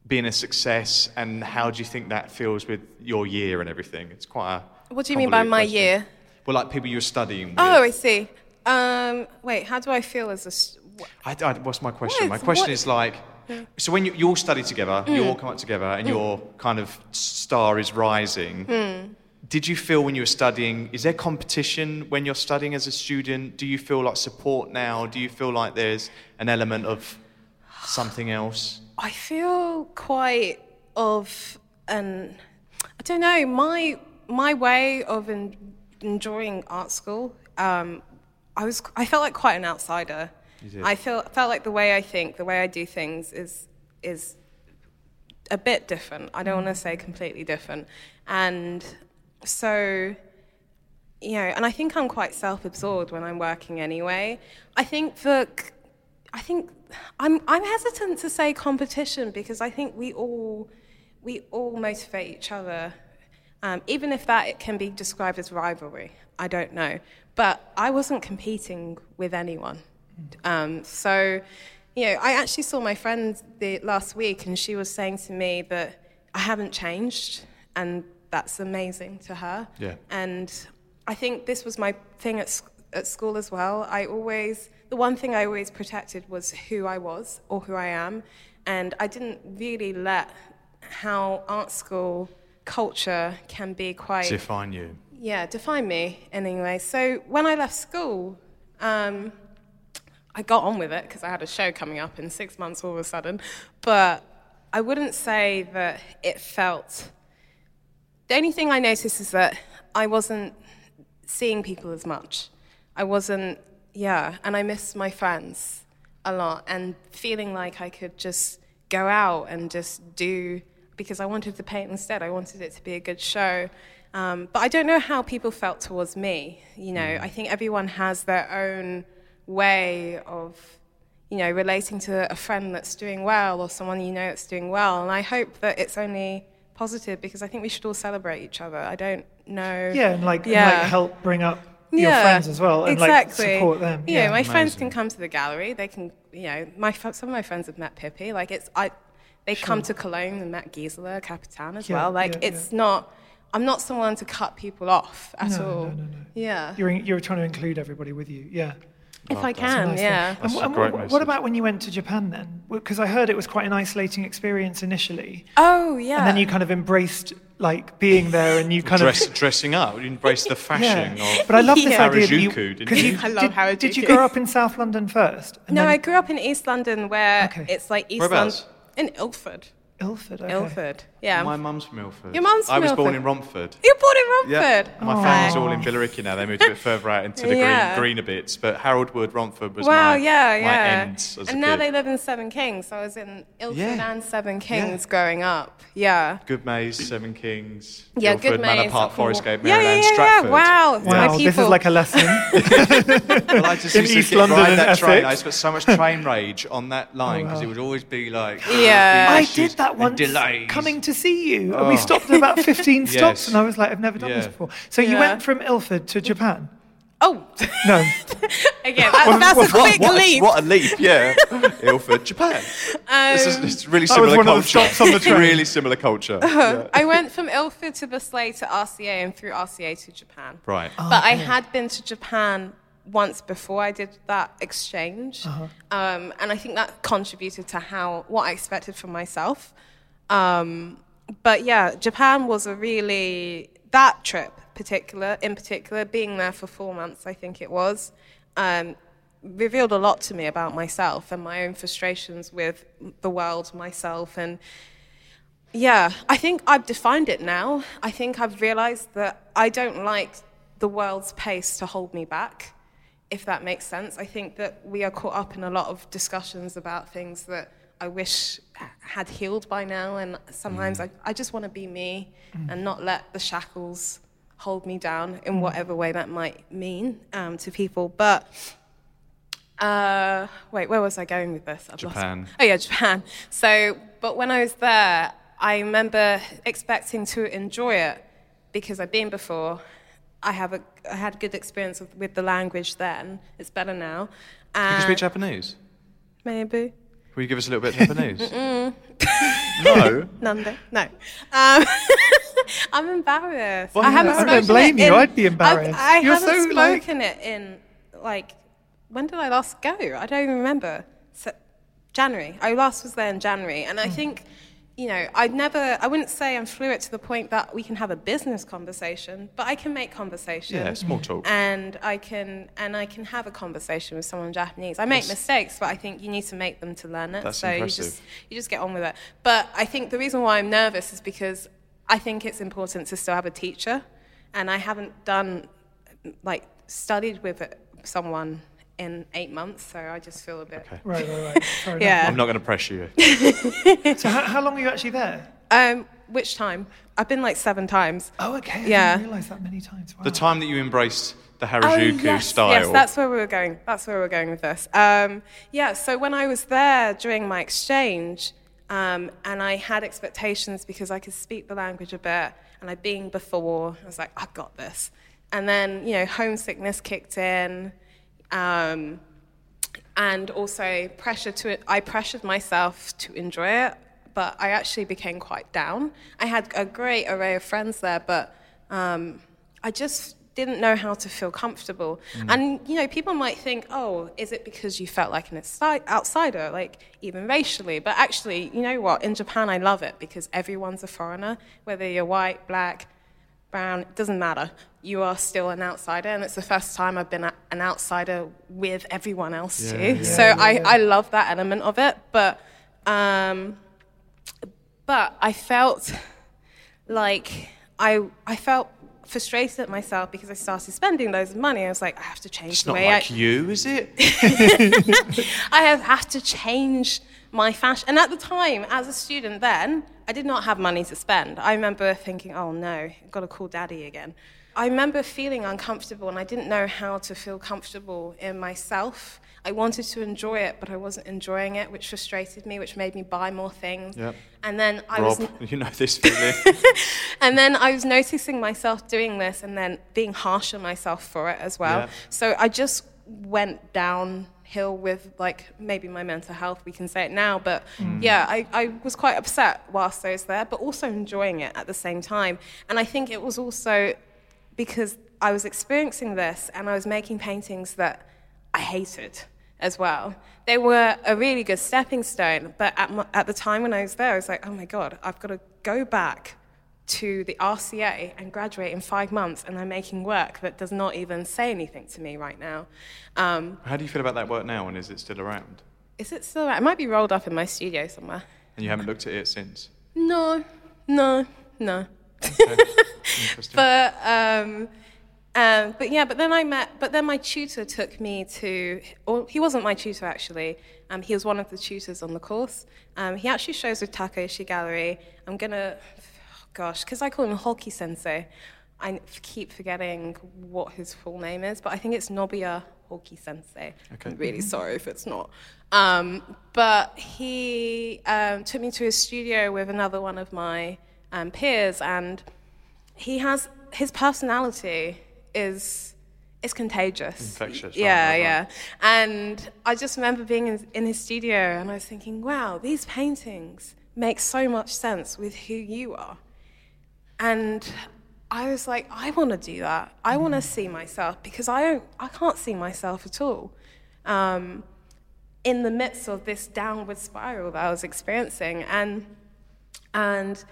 Speaker 1: being a success, and how do you think that feels with your year and everything? It's quite a.
Speaker 3: What do you mean by
Speaker 1: convoluted
Speaker 3: my
Speaker 1: question.
Speaker 3: year?
Speaker 1: Well, like people you're studying with.
Speaker 3: Oh, I see. Um, wait, how do I feel as a? s- wh-
Speaker 1: I, I, what's my question?
Speaker 3: What
Speaker 1: my
Speaker 3: is-
Speaker 1: question
Speaker 3: what- Mm.
Speaker 1: is like, so when you, you all study together, you all come up together, and your kind of star is rising.
Speaker 3: Mm.
Speaker 1: Did you feel when you were studying? Is there competition when you're studying as a student? Do you feel like support now? Do you feel like there's an element of something else?
Speaker 3: I feel quite of an I don't know my my way of en- enjoying art school. Um, I was I felt like quite an outsider. I feel felt like the way I think, the way I do things is is a bit different. I don't want to say completely different, and so you know, and I think I'm quite self-absorbed when I'm working anyway. I think for, c- I think I'm I'm hesitant to say competition because I think we all we all motivate each other, um, even if that it can be described as rivalry. I don't know, but I wasn't competing with anyone. Um, so, you know, I actually saw my friend the, last week, and she was saying to me that I haven't changed, and that's amazing to her.
Speaker 1: Yeah.
Speaker 3: And I think this was my thing at, sc- at school as well. I always, the one thing I always protected was who I was or who I am. And I didn't really let how art school culture can be quite
Speaker 1: Define you.
Speaker 3: yeah, define me anyway. So when I left school, um, I got on with it because I had a show coming up in six months all of a sudden. But I wouldn't say that it felt. The only thing I noticed is that I wasn't seeing people as much. I wasn't, yeah, and I missed my friends a lot and feeling like I could just go out and just do because I wanted to paint instead. I wanted it to be a good show. Um, but I don't know how people felt towards me. You know,
Speaker 2: Mm.
Speaker 3: I think everyone has their own way of you know, relating to a friend that's doing well or someone you know that's doing well. And I hope that it's only positive because I think we should all celebrate each other. I don't know.
Speaker 2: Yeah, and like, and,
Speaker 3: Yeah.
Speaker 2: like help bring up your
Speaker 3: Yeah,
Speaker 2: friends as well and
Speaker 3: exactly.
Speaker 2: like support them.
Speaker 3: You know, my friends can come to the gallery. They can, you know, my fr- some of my friends have met Pippi. Like it's I, they come to Cologne and met Gisela Capitan as
Speaker 2: Yeah,
Speaker 3: well. Like
Speaker 2: yeah, yeah.
Speaker 3: it's not. I'm not someone to cut people off at all. Yeah,
Speaker 2: You're, in- you're trying to include everybody with you. Yeah.
Speaker 3: if I can, yeah.
Speaker 2: And, wh-
Speaker 1: a
Speaker 2: and
Speaker 1: great
Speaker 2: wh- what
Speaker 1: message.
Speaker 2: about when you went to Japan then? Because I heard it was quite an isolating experience initially,
Speaker 3: Oh yeah.
Speaker 2: and then you kind of embraced like being there, and you kind
Speaker 1: Dress,
Speaker 2: of
Speaker 1: dressing up, you embrace the fashion.
Speaker 2: yeah.
Speaker 1: Of,
Speaker 2: But I love this
Speaker 3: Yeah.
Speaker 2: idea that you,
Speaker 1: Harajuku, didn't
Speaker 2: 'cause
Speaker 1: you?
Speaker 2: you
Speaker 3: I love
Speaker 2: did, Did you
Speaker 3: Harajuku.
Speaker 2: grow up in South London first? And
Speaker 3: No,
Speaker 2: then
Speaker 3: I grew up in East London where
Speaker 2: Okay.
Speaker 3: it's like East
Speaker 1: Whereabouts?
Speaker 3: London. In Ilford.
Speaker 2: Ilford. Okay.
Speaker 3: Ilford. Yeah.
Speaker 1: My mum's from Milford.
Speaker 3: Your mum's
Speaker 1: I
Speaker 3: from
Speaker 1: was born
Speaker 3: Milford.
Speaker 1: in Romford.
Speaker 3: You're born in
Speaker 1: Yeah,
Speaker 3: Romford.
Speaker 1: my family's all in Billericay now. They moved a bit further out into the
Speaker 3: Yeah.
Speaker 1: green, greener bits. But Harold Wood, Romford was
Speaker 3: Wow,
Speaker 1: my,
Speaker 3: yeah,
Speaker 1: my
Speaker 3: yeah.
Speaker 1: end as a
Speaker 3: and now
Speaker 1: kid.
Speaker 3: they live in Seven Kings. So I was in Ilford
Speaker 1: Yeah.
Speaker 3: and Seven Kings growing up. Yeah.
Speaker 1: Good Maze, Seven Kings,
Speaker 3: Yeah,
Speaker 1: Guildford,
Speaker 3: Good
Speaker 1: Manor
Speaker 3: Maze,
Speaker 1: Park,
Speaker 3: Upper
Speaker 1: Forest
Speaker 3: Wa-
Speaker 1: Gate,
Speaker 3: Yeah, yeah,
Speaker 1: Maryland,
Speaker 3: yeah, yeah.
Speaker 1: Stratford.
Speaker 3: Wow, it's my
Speaker 2: Wow, this is
Speaker 3: people.
Speaker 2: like a lesson.
Speaker 1: Well, I just
Speaker 2: In
Speaker 1: used to
Speaker 2: East
Speaker 1: get-
Speaker 2: London
Speaker 1: ride
Speaker 2: and
Speaker 1: that train.
Speaker 2: Essex.
Speaker 1: I used to put so much train rage on that line because it would always be like
Speaker 3: Yeah.
Speaker 2: I
Speaker 1: issues
Speaker 2: did that
Speaker 1: and
Speaker 2: once
Speaker 1: Delays.
Speaker 2: coming to see you, and we stopped at about 15 stops,
Speaker 1: Oh. Yes.
Speaker 2: and I was like, I've never done this
Speaker 1: Yeah.
Speaker 2: before. So you
Speaker 3: Yeah.
Speaker 2: went from Ilford to Japan?
Speaker 3: Oh,
Speaker 2: No.
Speaker 3: again, that, that's a
Speaker 1: what,
Speaker 3: quick
Speaker 1: what,
Speaker 3: leap.
Speaker 1: A, what a leap! Yeah, Ilford, Japan. this is
Speaker 3: Um,
Speaker 1: it's really
Speaker 2: was
Speaker 1: similar
Speaker 2: one of the
Speaker 1: culture.
Speaker 2: stops on the train.
Speaker 1: really similar culture. Yeah.
Speaker 3: Uh-huh. I went from Ilford to Bisley to RCA and through RCA to Japan.
Speaker 1: Right.
Speaker 3: but I had been to Japan once before I did that exchange, um, and I think that contributed to how what I expected for myself. Um, but yeah, Japan was a really that trip particular in particular being there for four months. I think it was. Um, revealed a lot to me about myself and my own frustrations with the world myself and yeah, I think I've defined it now. I think I've realized that I don't like the world's pace to hold me back, if that makes sense. I think that we are caught up in a lot of discussions about things that I wish had healed by now, and sometimes I, I just want to be me and not let the shackles hold me down in whatever way that might mean um, to people. But uh, wait, where was I going with this? I've lost it.
Speaker 1: Japan.
Speaker 3: Oh yeah, Japan. So, but when I was there, I remember expecting to enjoy it because I've been before. I have a, I had a good experience with, with the language then. It's better now.
Speaker 1: Can you
Speaker 3: And
Speaker 1: speak Japanese?
Speaker 3: maybe
Speaker 1: Will you give us a little bit of Japanese? no.
Speaker 3: Nanda. No, um, I'm embarrassed.
Speaker 1: Well,
Speaker 3: I haven't.
Speaker 1: I
Speaker 2: don't
Speaker 3: spoken
Speaker 2: blame
Speaker 3: it
Speaker 2: you.
Speaker 3: in-
Speaker 2: I'd be embarrassed.
Speaker 3: I, I
Speaker 2: You're
Speaker 3: haven't
Speaker 2: so, like-
Speaker 3: spoken it in like. When did I last go? I don't even remember. Se- January. I last was there in January, and I
Speaker 2: Hmm.
Speaker 3: think, you know, I'd never. I wouldn't say I'm fluent to the point that we can have a business conversation, but I can make conversation.
Speaker 1: Yeah, small talk.
Speaker 3: And I can and I can have a conversation with someone in Japanese. I make mistakes, but I think you need to make them to learn it.
Speaker 1: That's
Speaker 3: so
Speaker 1: impressive.
Speaker 3: you just you just get on with it. But I think the reason why I'm nervous is because I think it's important to still have a teacher, and I haven't done like studied with someone in eight months, so I just feel a bit
Speaker 2: right, right, right. Fair enough.
Speaker 3: yeah.
Speaker 1: I'm not going to pressure you.
Speaker 2: So how, how long were you actually there?
Speaker 3: Um, which time? I've been like seven times.
Speaker 2: Oh, okay. I
Speaker 3: Yeah.
Speaker 2: didn't realise that many times. Wow.
Speaker 1: The time that you embraced the Harajuku
Speaker 3: Oh, yes,
Speaker 1: style.
Speaker 3: Yes, that's where we were going. That's where we were going with this. Um, yeah, so when I was there during my exchange, um, and I had expectations because I could speak the language a bit, and I'd been before. I was like, I've got this. And then, you know, homesickness kicked in. Um, and also pressure to I pressured myself to enjoy it, but I actually became quite down. I had a great array of friends there, but um, I just didn't know how to feel comfortable. And you know, people might think, "Oh, is it because you felt like an outside- outsider, like even racially?" But actually, you know what? In Japan, I love it because everyone's a foreigner, whether you're white, black, brown, it doesn't matter. You are still an outsider, and it's the first time I've been a, an outsider with everyone else too. so I, I love that element of it, but um, but I felt like I I felt frustrated at myself because I started spending loads of money. I was like, I have to change
Speaker 1: It's
Speaker 3: the
Speaker 1: not
Speaker 3: way
Speaker 1: like
Speaker 3: I,
Speaker 1: you, is it?
Speaker 3: I have had to change my fashion. And at the time, as a student then, I did not have money to spend. I remember thinking, oh no, I've got to call daddy again. I remember feeling uncomfortable and I didn't know how to feel comfortable in myself. I wanted to enjoy it, but I wasn't enjoying it, which frustrated me, which made me buy more things.
Speaker 1: Yep.
Speaker 3: And then I
Speaker 1: Rob,
Speaker 3: was
Speaker 1: you know this feeling.
Speaker 3: and then I was noticing myself doing this and then being harsh on myself for it as well.
Speaker 1: Yeah.
Speaker 3: So I just went downhill with like maybe my mental health, we can say it now, but yeah, I, I was quite upset whilst I was there, but also enjoying it at the same time. And I think it was also because I was experiencing this and I was making paintings that I hated as well. They were a really good stepping stone, but at, my, at the time when I was there, I was like, oh my God, I've got to go back to the RCA and graduate in five months, and I'm making work that does not even say anything to me right now. Um,
Speaker 1: How do you feel about that work now, and is it still around?
Speaker 3: is it still? It might be rolled up in my studio somewhere.
Speaker 1: And you haven't looked at it since.
Speaker 3: No, No, no. but um, um, but yeah, but then I met. But then my tutor took me to. Or he wasn't my tutor actually. Um, he was one of the tutors on the course. Um, he actually shows with Takayoshi Gallery. I'm gonna, oh gosh, because I call him Hulky Sensei. I n- keep forgetting what his full name is, but I think it's Nobuya Hoki Sensei. I'm really sorry if it's not. Um, but he um, took me to his studio with another one of my um, peers, and he has his personality is is contagious.
Speaker 1: Infectious, right,
Speaker 3: Yeah,
Speaker 1: right,
Speaker 3: yeah.
Speaker 1: right.
Speaker 3: And I just remember being in, in his studio, and I was thinking, wow, these paintings make so much sense with who you are. And I was like, I want to do that. I want to
Speaker 1: Mm.
Speaker 3: see myself because I don't, I can't see myself at all. Um, in the midst of this downward spiral that I was experiencing, and and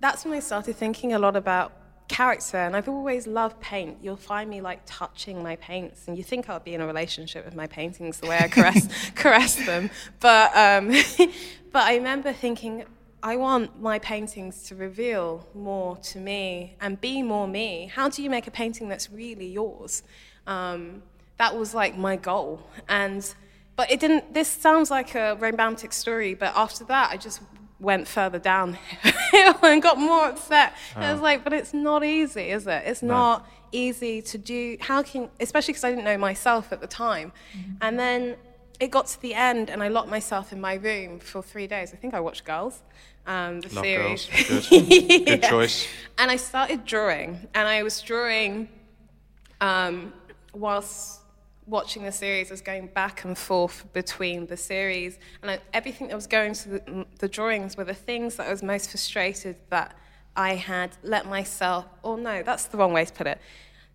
Speaker 3: that's when I started thinking a lot about character. And I've always loved paint. You'll find me like touching my paints, and you think I'll be in a relationship with my paintings the way I caress, caress them. But, um, but I remember thinking, I want my paintings to reveal more to me and be more me. How do you make a painting that's really yours? Um, that was like my goal. And but it didn't. This sounds like a romantic story, but after that, I just went further down and got more upset. I
Speaker 1: Oh.
Speaker 3: was like, but it's not easy, is it? It's not easy to do. How can, especially because I didn't know myself at the time.
Speaker 1: Mm-hmm.
Speaker 3: And then it got to the end, and I locked myself in my room for three days. I think I watched Girls, um, the
Speaker 1: Love
Speaker 3: series.
Speaker 1: Girls. Good. Good
Speaker 3: Yeah.
Speaker 1: choice.
Speaker 3: And I started drawing, and I was drawing um, whilst watching the series, I was going back and forth between the series, and I, everything that was going to the, the drawings were the things that I was most frustrated that I had let myself, or no, that's the wrong way to put it.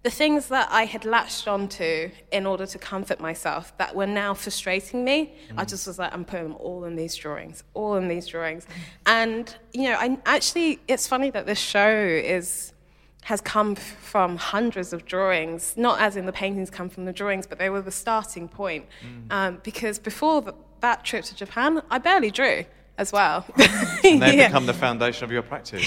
Speaker 3: The things that I had latched onto in order to comfort myself that were now frustrating me, I just was like, I'm putting them all in these drawings, all in these drawings. And, you know, I actually, it's funny that this show is has come f- from hundreds of drawings, not as in the paintings come from the drawings, but they were the starting point.
Speaker 1: Mm.
Speaker 3: Um, because before th- that trip to Japan, I barely drew as well.
Speaker 1: And they
Speaker 3: Yeah.
Speaker 1: become the foundation of your practice.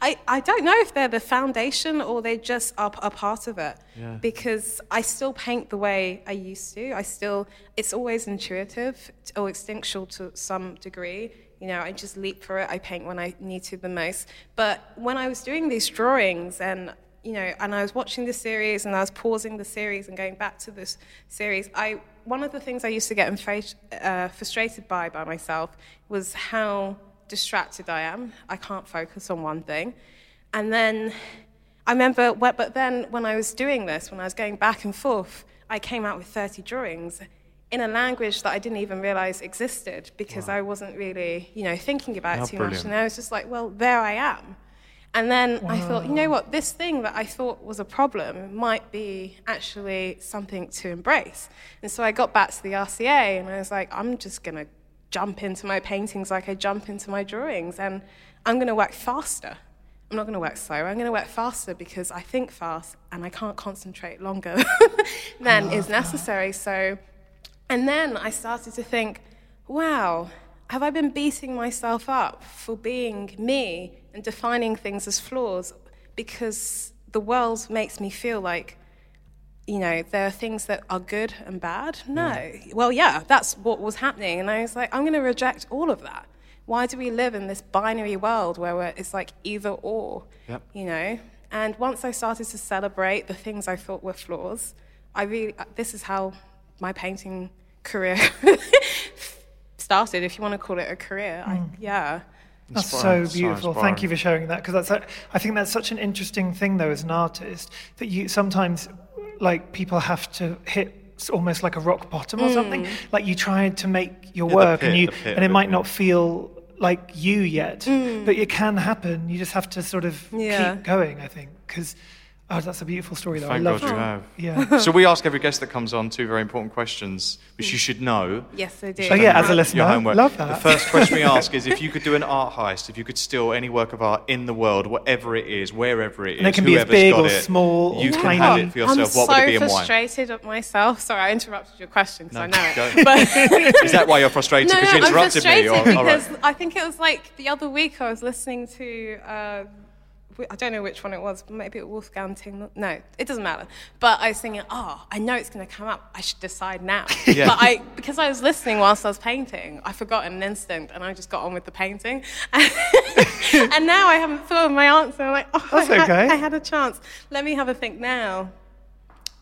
Speaker 3: I, I don't know if they're the foundation or they just are p- a part of it. Because I still paint the way I used to. I still, it's always intuitive t- or instinctual to some degree. You know, I just leap for it. I paint when I need to the most. But when I was doing these drawings and you know, and I was watching the series and I was pausing the series and going back to this series. I one of the things I used to get infra- uh, frustrated by by myself was how distracted I am. I can't focus on one thing, and then I remember. wh- But then when I was doing this, when I was going back and forth, I came out with 30 drawings in a language that I didn't even realize existed because I wasn't really, you know, thinking about
Speaker 1: How
Speaker 3: it too much.
Speaker 1: brilliant.
Speaker 3: And I was just like, well, there I am. And then I thought, you know what, this thing that I thought was a problem might be actually something to embrace. And so I got back to the RCA and I was like, I'm just going to jump into my paintings like I jump into my drawings and I'm going to work faster. I'm not going to work slower. I'm going to work faster because I think fast and I can't concentrate longer than is necessary. So and then I started to think, wow, have I been beating myself up for being me and defining things as flaws because the world makes me feel like you know, there are things that are good and bad. No. Well, yeah, that's what was happening. And I was like, I'm going to reject all of that. Why do we live in this binary world where we're, it's like either or,
Speaker 1: Yep.
Speaker 3: you know? And once I started to celebrate the things I thought were flaws, I really, uh, this is how my painting career started, if you want to call it a career. I,
Speaker 2: Mm.
Speaker 3: yeah.
Speaker 2: That's
Speaker 1: Inspiring,
Speaker 2: so
Speaker 1: so
Speaker 2: beautiful. Thank you
Speaker 1: inspiring.
Speaker 2: for sharing that because that's. a- I think that's such an interesting thing, though, as an artist, that you sometimes, like, people have to hit s- almost like a rock bottom or something. Like you tried to make
Speaker 1: Mm. Yeah,
Speaker 2: your
Speaker 1: the
Speaker 2: work, and
Speaker 1: pit,
Speaker 2: you,
Speaker 1: the pit
Speaker 2: and it
Speaker 1: of it,
Speaker 2: might
Speaker 1: yeah. Mm.
Speaker 2: not feel like you yet, but it can happen. You just have to sort of
Speaker 3: Yeah.
Speaker 2: keep going. I think because Oh, that's a beautiful story, though. I
Speaker 1: Thank
Speaker 2: love
Speaker 1: God you have.
Speaker 2: Yeah.
Speaker 1: So we ask every guest that comes on two very important questions, which you should know.
Speaker 3: Yes, I do.
Speaker 2: Oh, yeah, as a listener.
Speaker 1: Your homework.
Speaker 2: Love that.
Speaker 1: The first question we ask is if you could do an art heist, if you could steal any work of art in the world, whatever it is, wherever it is,
Speaker 2: it can be as
Speaker 1: whoever's
Speaker 2: big
Speaker 1: got
Speaker 2: or
Speaker 1: it,
Speaker 2: small or
Speaker 1: you can
Speaker 2: tiny.
Speaker 1: have it for yourself.
Speaker 3: I'm
Speaker 1: what
Speaker 3: so
Speaker 1: would it be and why?
Speaker 3: frustrated at myself. Sorry, I interrupted your question because I know
Speaker 1: go.
Speaker 3: it. But
Speaker 1: Is that why you're frustrated?
Speaker 3: no,
Speaker 1: Because
Speaker 3: no,
Speaker 1: you
Speaker 3: I'm
Speaker 1: interrupted me.
Speaker 3: frustrated
Speaker 1: Or, all right.
Speaker 3: because I think it was like the other week I was listening to. Uh, w- I don't know which one it was. Maybe it was Wolfgang Ting. No, it doesn't matter. But I was thinking, oh, I know it's going to come up. I should decide now.
Speaker 1: Yeah.
Speaker 3: But I, because I was listening whilst I was painting, I forgot in an instant, and I just got on with the painting. and now I haven't thought of my answer. I'm like, oh,
Speaker 2: That's
Speaker 3: I, had-
Speaker 2: okay.
Speaker 3: I had a chance. Let me have a think now.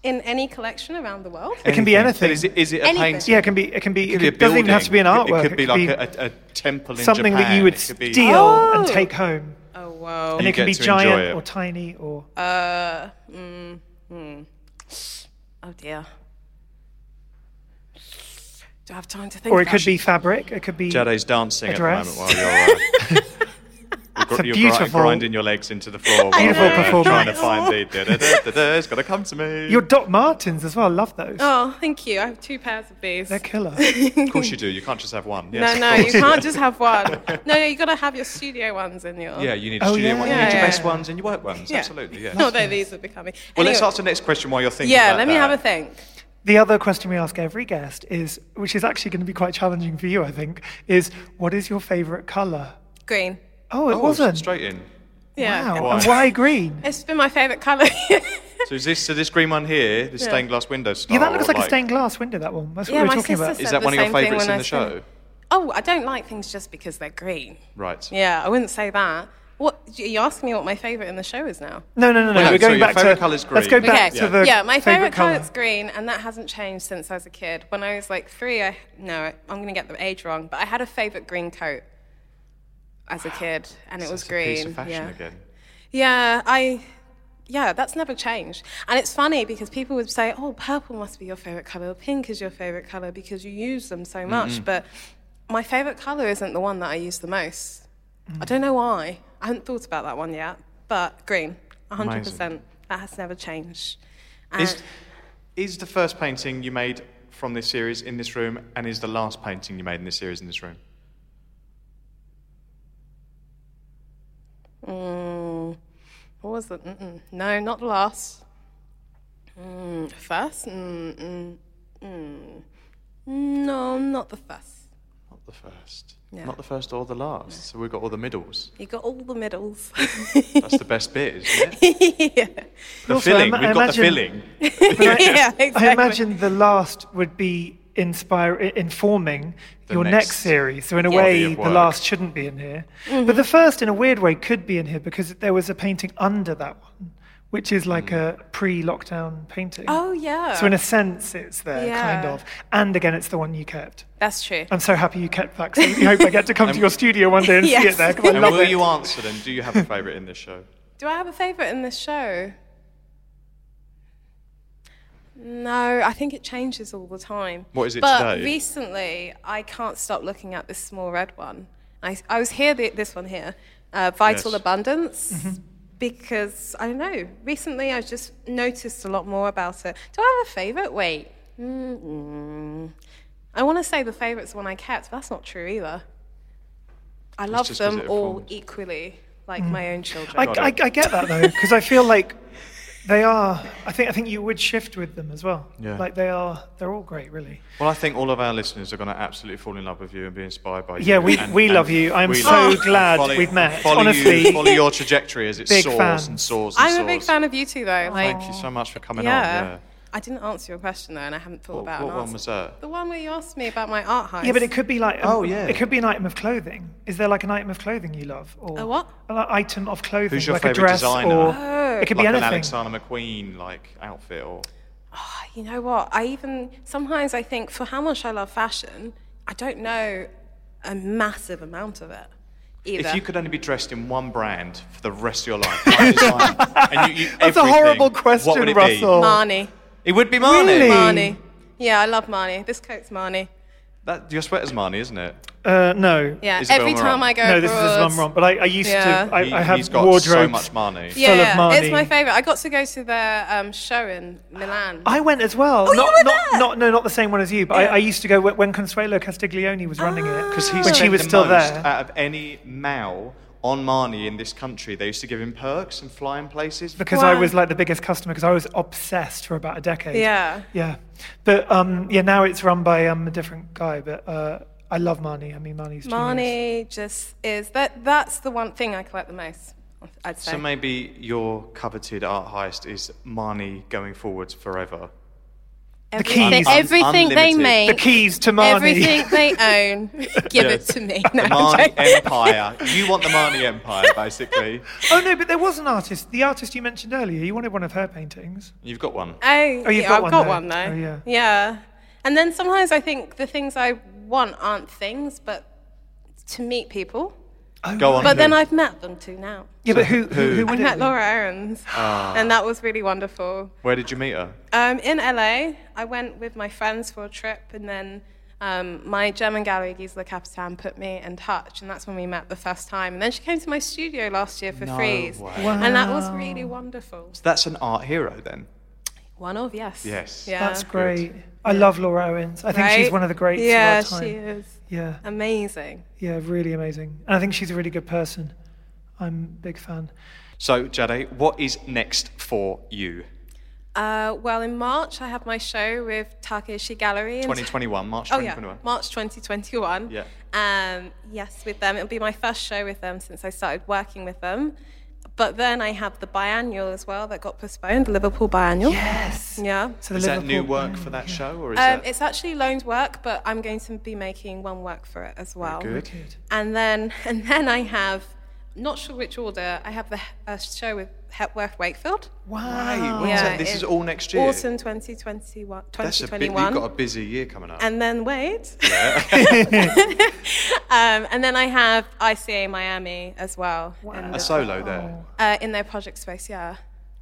Speaker 3: In any collection around the world.
Speaker 2: It can be anything.
Speaker 1: And is it, is it a
Speaker 3: Anything.
Speaker 1: painting?
Speaker 2: yeah, it can be. It can be.
Speaker 1: It
Speaker 2: It,
Speaker 1: could be a
Speaker 2: doesn't even have to be an
Speaker 1: building.
Speaker 2: artwork.
Speaker 1: It could be like a, a, a temple in
Speaker 2: something
Speaker 1: Japan.
Speaker 2: that you would
Speaker 1: It could be-
Speaker 2: steal
Speaker 3: Oh.
Speaker 2: and take home.
Speaker 3: Oh wow.
Speaker 2: And
Speaker 1: You
Speaker 2: it can
Speaker 1: get
Speaker 2: be
Speaker 1: to enjoy
Speaker 2: giant
Speaker 1: it.
Speaker 2: or tiny or.
Speaker 3: Uh, mm, mm. Oh dear. Do I have time to think?
Speaker 2: or it
Speaker 3: about
Speaker 2: could be fabric. It could be.
Speaker 1: Jade's dancing at the
Speaker 2: Dress.
Speaker 1: moment while you're, uh, you're, gr-
Speaker 2: a
Speaker 1: you're gri-
Speaker 2: beautiful-
Speaker 1: grinding your legs into the floor. while
Speaker 2: Beautiful
Speaker 1: you're, uh,
Speaker 2: performance.
Speaker 1: Trying to find the da, da, da, da, da, it's got to come to me.
Speaker 2: Your Doc Martens as well. Love those.
Speaker 3: Oh, thank you. I have two pairs of these.
Speaker 2: They're killer.
Speaker 1: of course you do. You can't just have one. Yes,
Speaker 3: no,
Speaker 1: of
Speaker 3: no, you
Speaker 1: course.
Speaker 3: can't just have one. No, no, you got to have your studio ones in your.
Speaker 1: Yeah, you need
Speaker 2: Oh,
Speaker 1: a studio
Speaker 2: yeah.
Speaker 1: one. You need your
Speaker 3: Yeah,
Speaker 1: best
Speaker 3: yeah.
Speaker 1: ones and your work ones.
Speaker 3: Yeah.
Speaker 1: Absolutely. Yeah. Well,
Speaker 3: Although these are becoming.
Speaker 1: let's
Speaker 3: Anyway,
Speaker 1: ask the next question while you're thinking.
Speaker 3: Yeah,
Speaker 1: about
Speaker 3: let me
Speaker 1: that.
Speaker 3: have a think.
Speaker 2: the other question we ask every guest is, which is actually going to be quite challenging for you, I think, is what is your favorite color?
Speaker 3: Green.
Speaker 2: Oh, it
Speaker 1: Oh,
Speaker 2: wasn't.
Speaker 1: straight in.
Speaker 3: Yeah.
Speaker 2: Wow.
Speaker 1: Why?
Speaker 2: And why green?
Speaker 3: It's been my favourite colour.
Speaker 1: So is this so this green one here, this
Speaker 3: Yeah.
Speaker 1: stained glass window style?
Speaker 2: Yeah, that looks
Speaker 1: or
Speaker 2: like, a stained glass window. That one. That's what
Speaker 3: Yeah,
Speaker 2: we were
Speaker 3: my
Speaker 2: talking about.
Speaker 3: sister
Speaker 1: Is
Speaker 3: said
Speaker 1: that
Speaker 3: the
Speaker 1: one of your
Speaker 3: same thing
Speaker 1: favourites
Speaker 3: when
Speaker 1: in
Speaker 3: I
Speaker 1: the show?
Speaker 3: said- oh, I don't like things just because they're green.
Speaker 1: Right.
Speaker 3: Yeah, I wouldn't say that. What you asked me what my favourite in the show is now.
Speaker 2: No, no, no, no.
Speaker 1: Well, so
Speaker 2: we're going
Speaker 1: your
Speaker 2: back
Speaker 1: favourite
Speaker 2: to.
Speaker 1: colour's
Speaker 2: Let's go
Speaker 1: green.
Speaker 2: back
Speaker 3: okay.
Speaker 2: to the.
Speaker 3: yeah, my favorite color
Speaker 2: colour.
Speaker 3: is green, and that hasn't changed since I was a kid. When I was like three, I no, I'm gonna get the age wrong, but I had a favorite green coat as a kid, and it was
Speaker 1: It's a
Speaker 3: green.
Speaker 1: Piece of fashion
Speaker 3: yeah.
Speaker 1: again.
Speaker 3: Yeah, I. Yeah, that's never changed. And it's funny because people would say, oh, purple must be your favorite color, pink is your favorite color because you use them so much. But my favorite color isn't the one that I use the most. I don't know why. I haven't thought about that one yet, but green, 100%.
Speaker 1: Amazing.
Speaker 3: That has never changed.
Speaker 1: Is,
Speaker 3: And-
Speaker 1: is the first painting you made from this series in this room, and is the last painting you made in this series in this room?
Speaker 3: Mm, what was it? Mm-mm. No, not the last. Mm, first? Mm, mm, mm. No, not the first.
Speaker 1: Not the first.
Speaker 3: Yeah.
Speaker 1: Not the first or the last. So we've got all the middles.
Speaker 3: You got all the medals.
Speaker 1: That's the best bit, isn't it?
Speaker 3: yeah.
Speaker 1: The
Speaker 2: Also,
Speaker 1: filling.
Speaker 2: I ma-
Speaker 1: we've
Speaker 2: I
Speaker 1: got
Speaker 2: imagine-
Speaker 1: the filling.
Speaker 3: yeah, exactly.
Speaker 2: I imagine the last would be inspire i- informing your next.
Speaker 1: next
Speaker 2: series. So in a
Speaker 3: Yeah.
Speaker 2: way,
Speaker 1: Body of
Speaker 2: the
Speaker 1: work.
Speaker 2: last shouldn't be in here,
Speaker 3: Mm-hmm.
Speaker 2: but the first, in a weird way, could be in here because there was a painting under that one, which is like
Speaker 1: Mm.
Speaker 2: a pre-lockdown painting.
Speaker 3: Oh, yeah.
Speaker 2: So in a sense, it's there, kind
Speaker 3: Yeah.
Speaker 2: of. And again, it's the one you kept.
Speaker 3: That's true.
Speaker 2: I'm so happy you kept that. 'cause I really hope I get to come to your studio one day and see it
Speaker 3: Yes.
Speaker 2: there. 'cause I
Speaker 1: And
Speaker 2: love
Speaker 1: will
Speaker 2: it.
Speaker 1: you answer them? Do you have a favourite in this show?
Speaker 3: Do I have a favourite in this show? No, I think it changes all the time.
Speaker 1: What is it
Speaker 3: but
Speaker 1: today?
Speaker 3: recently, I can't stop looking at this small red one. I, I was here, the, this one here, uh, Vital
Speaker 1: Yes.
Speaker 3: Abundance, because I don't know. Recently, I just noticed a lot more about it. Do I have a favourite? Wait. mm I want to say the favourite's the one I kept, but that's not true either. I love
Speaker 1: just 'cause
Speaker 3: them
Speaker 1: it
Speaker 3: all
Speaker 1: evolves.
Speaker 3: equally, like my own children.
Speaker 2: I,
Speaker 1: Got
Speaker 2: I,
Speaker 1: it.
Speaker 2: I get that though, because I feel like they are. I think I think you would shift with them as well.
Speaker 1: Yeah.
Speaker 2: Like they are. They're all great, really.
Speaker 1: Well, I think all of our listeners are going to absolutely fall in love with you and be inspired by you.
Speaker 2: Yeah, we-
Speaker 1: and-
Speaker 2: we
Speaker 1: and
Speaker 2: love you. I'm
Speaker 1: we
Speaker 2: so
Speaker 1: love you.
Speaker 2: glad
Speaker 1: Follow-
Speaker 2: we've met.
Speaker 1: Follow
Speaker 2: Honestly.
Speaker 1: you, follow your trajectory as it
Speaker 2: Big
Speaker 1: soars
Speaker 2: fan.
Speaker 1: and soars and
Speaker 3: I'm
Speaker 1: soars.
Speaker 3: a big fan of you two, though. Like,
Speaker 1: Oh,
Speaker 2: Oh.
Speaker 1: Thank you so much for coming
Speaker 3: yeah.
Speaker 1: on. Yeah.
Speaker 3: I didn't answer your question though, and I haven't thought
Speaker 1: What-
Speaker 3: about
Speaker 1: what
Speaker 3: an
Speaker 1: one
Speaker 3: answer.
Speaker 1: was that?
Speaker 3: The one where you asked me about my art house.
Speaker 2: Yeah, but it could be like. um,
Speaker 1: Oh, yeah.
Speaker 2: It could be an item of clothing. Is there like an item of clothing you love? Or
Speaker 3: A what?
Speaker 2: An item of clothing.
Speaker 1: Who's your
Speaker 2: like a
Speaker 1: favourite
Speaker 2: dress
Speaker 1: designer?
Speaker 2: Or
Speaker 3: Oh.
Speaker 2: It could
Speaker 1: like
Speaker 2: be
Speaker 1: an
Speaker 2: anything.
Speaker 1: Alexander McQueen like outfit or
Speaker 3: You know what? I even sometimes I think for how much I love fashion, I don't know a massive amount of it either.
Speaker 1: if you could only be dressed in one brand for the rest of your life, what design? and you, you,
Speaker 2: That's a
Speaker 1: everything,
Speaker 2: horrible
Speaker 1: what
Speaker 2: question,
Speaker 1: would it
Speaker 2: Russell.
Speaker 1: Be?
Speaker 3: Marnie,
Speaker 1: It would be Marnie.
Speaker 2: Really?
Speaker 3: Marnie. Yeah, I love Marnie. This coat's Marnie.
Speaker 1: That, your sweater's Marnie, isn't it?
Speaker 2: Uh, no.
Speaker 3: Yeah,
Speaker 1: Isabel
Speaker 3: every time
Speaker 1: Marant.
Speaker 3: I go
Speaker 2: No,
Speaker 3: abroad.
Speaker 2: this is his mum romp. But I, I used
Speaker 3: Yeah.
Speaker 2: to. I,
Speaker 1: He-
Speaker 2: I have
Speaker 1: he's got
Speaker 2: wardrobes.
Speaker 1: so much Marnie.
Speaker 2: full of Marnie.
Speaker 3: it's my favourite. I got to go to their um, show in Milan.
Speaker 2: I went as well.
Speaker 3: Oh, you
Speaker 2: not,
Speaker 3: were
Speaker 2: not,
Speaker 3: there!
Speaker 2: not, no, not the same one as you. But I, I used to go when when Consuelo Castiglione was running it
Speaker 1: Because Ah. he
Speaker 2: when she
Speaker 1: spent
Speaker 2: was
Speaker 1: the
Speaker 2: still
Speaker 1: most
Speaker 2: there.
Speaker 1: out of any Mao on Marnie in this country. They used to give him perks and fly in places.
Speaker 2: because I
Speaker 3: Wow.
Speaker 2: was like the biggest customer because I was obsessed for about a decade.
Speaker 3: Yeah.
Speaker 2: Yeah. But um, yeah, now it's run by um, a different guy. But uh, I love Marnie. I mean, Marnie's genius.
Speaker 3: Marnie just is that. That's the one thing I collect the most. I'd say.
Speaker 1: so maybe your coveted art heist is Marnie going forwards forever.
Speaker 3: everything,
Speaker 2: keys.
Speaker 3: everything they
Speaker 1: Unlimited.
Speaker 3: make,
Speaker 2: The keys to Marnie.
Speaker 3: everything they own, give
Speaker 1: Yes.
Speaker 3: it to me.
Speaker 1: The
Speaker 3: No, I'm
Speaker 1: Marnie
Speaker 3: joking.
Speaker 1: Empire. You want the Marnie Empire, basically.
Speaker 2: Oh no, but there was an artist. The artist you mentioned earlier. You wanted one of her paintings.
Speaker 1: You've got one.
Speaker 3: Oh,
Speaker 2: Oh, you've
Speaker 3: yeah,
Speaker 2: got
Speaker 3: I've
Speaker 2: one
Speaker 3: got
Speaker 2: there.
Speaker 3: one though.
Speaker 2: Oh, yeah.
Speaker 3: Yeah. And then sometimes I think the things I want aren't things, but to meet people.
Speaker 1: Go on.
Speaker 3: Uh, But
Speaker 1: who?
Speaker 3: then I've met them too now.
Speaker 2: Yeah, but who who, who
Speaker 3: I
Speaker 2: would
Speaker 3: met
Speaker 2: it?
Speaker 3: Laura Aarons,
Speaker 1: Ah.
Speaker 3: and that was really wonderful.
Speaker 1: Where did you meet her?
Speaker 3: Um, in LA, I went with my friends for a trip, and then um, my German gallery, Gisela Capitan, put me in touch, and that's when we met the first time. And then she came to my studio last year for Freeze,
Speaker 1: way.
Speaker 3: and that was really wonderful.
Speaker 1: That's an art hero then.
Speaker 3: One of, yes.
Speaker 1: Yes.
Speaker 3: Yeah.
Speaker 2: That's great. I love Laura Owens. I think she's
Speaker 3: Right?
Speaker 2: one of the greats
Speaker 3: Yeah,
Speaker 2: of our time.
Speaker 3: she is.
Speaker 2: Yeah,
Speaker 3: Amazing.
Speaker 2: yeah, really amazing. And I think she's a really good person. I'm a big fan.
Speaker 1: So, Jade, what is next for you?
Speaker 3: Uh, well, in March, I have my show with Takeshi Gallery. in-
Speaker 1: 2021, March
Speaker 3: Oh, yeah.
Speaker 1: 2021.
Speaker 3: March 2021.
Speaker 1: Yeah.
Speaker 3: Um, yes, with them. It'll be my first show with them since I started working with them. But then I have the biannual as well that got postponed, the Liverpool biannual.
Speaker 2: Yes.
Speaker 3: Yeah.
Speaker 2: So the
Speaker 1: Is that new
Speaker 2: Liverpool-
Speaker 1: work for that show, or is
Speaker 3: Um,
Speaker 1: that
Speaker 3: it's actually loaned work, but I'm going to be making one work for it as well.
Speaker 1: good?
Speaker 3: And then, and then I have, not sure which order, I have the a show with Hepworth Wakefield. Oh,
Speaker 2: Wow.
Speaker 1: When's that? this
Speaker 3: in
Speaker 1: is all next year.
Speaker 3: Autumn 2021.
Speaker 1: That's a bit, you've
Speaker 3: 2021.
Speaker 1: got a busy year coming up.
Speaker 3: and then wait. um, and then I have ICA Miami as well in,
Speaker 1: a
Speaker 3: the-
Speaker 1: solo there.
Speaker 3: uh, in their project space. Yeah,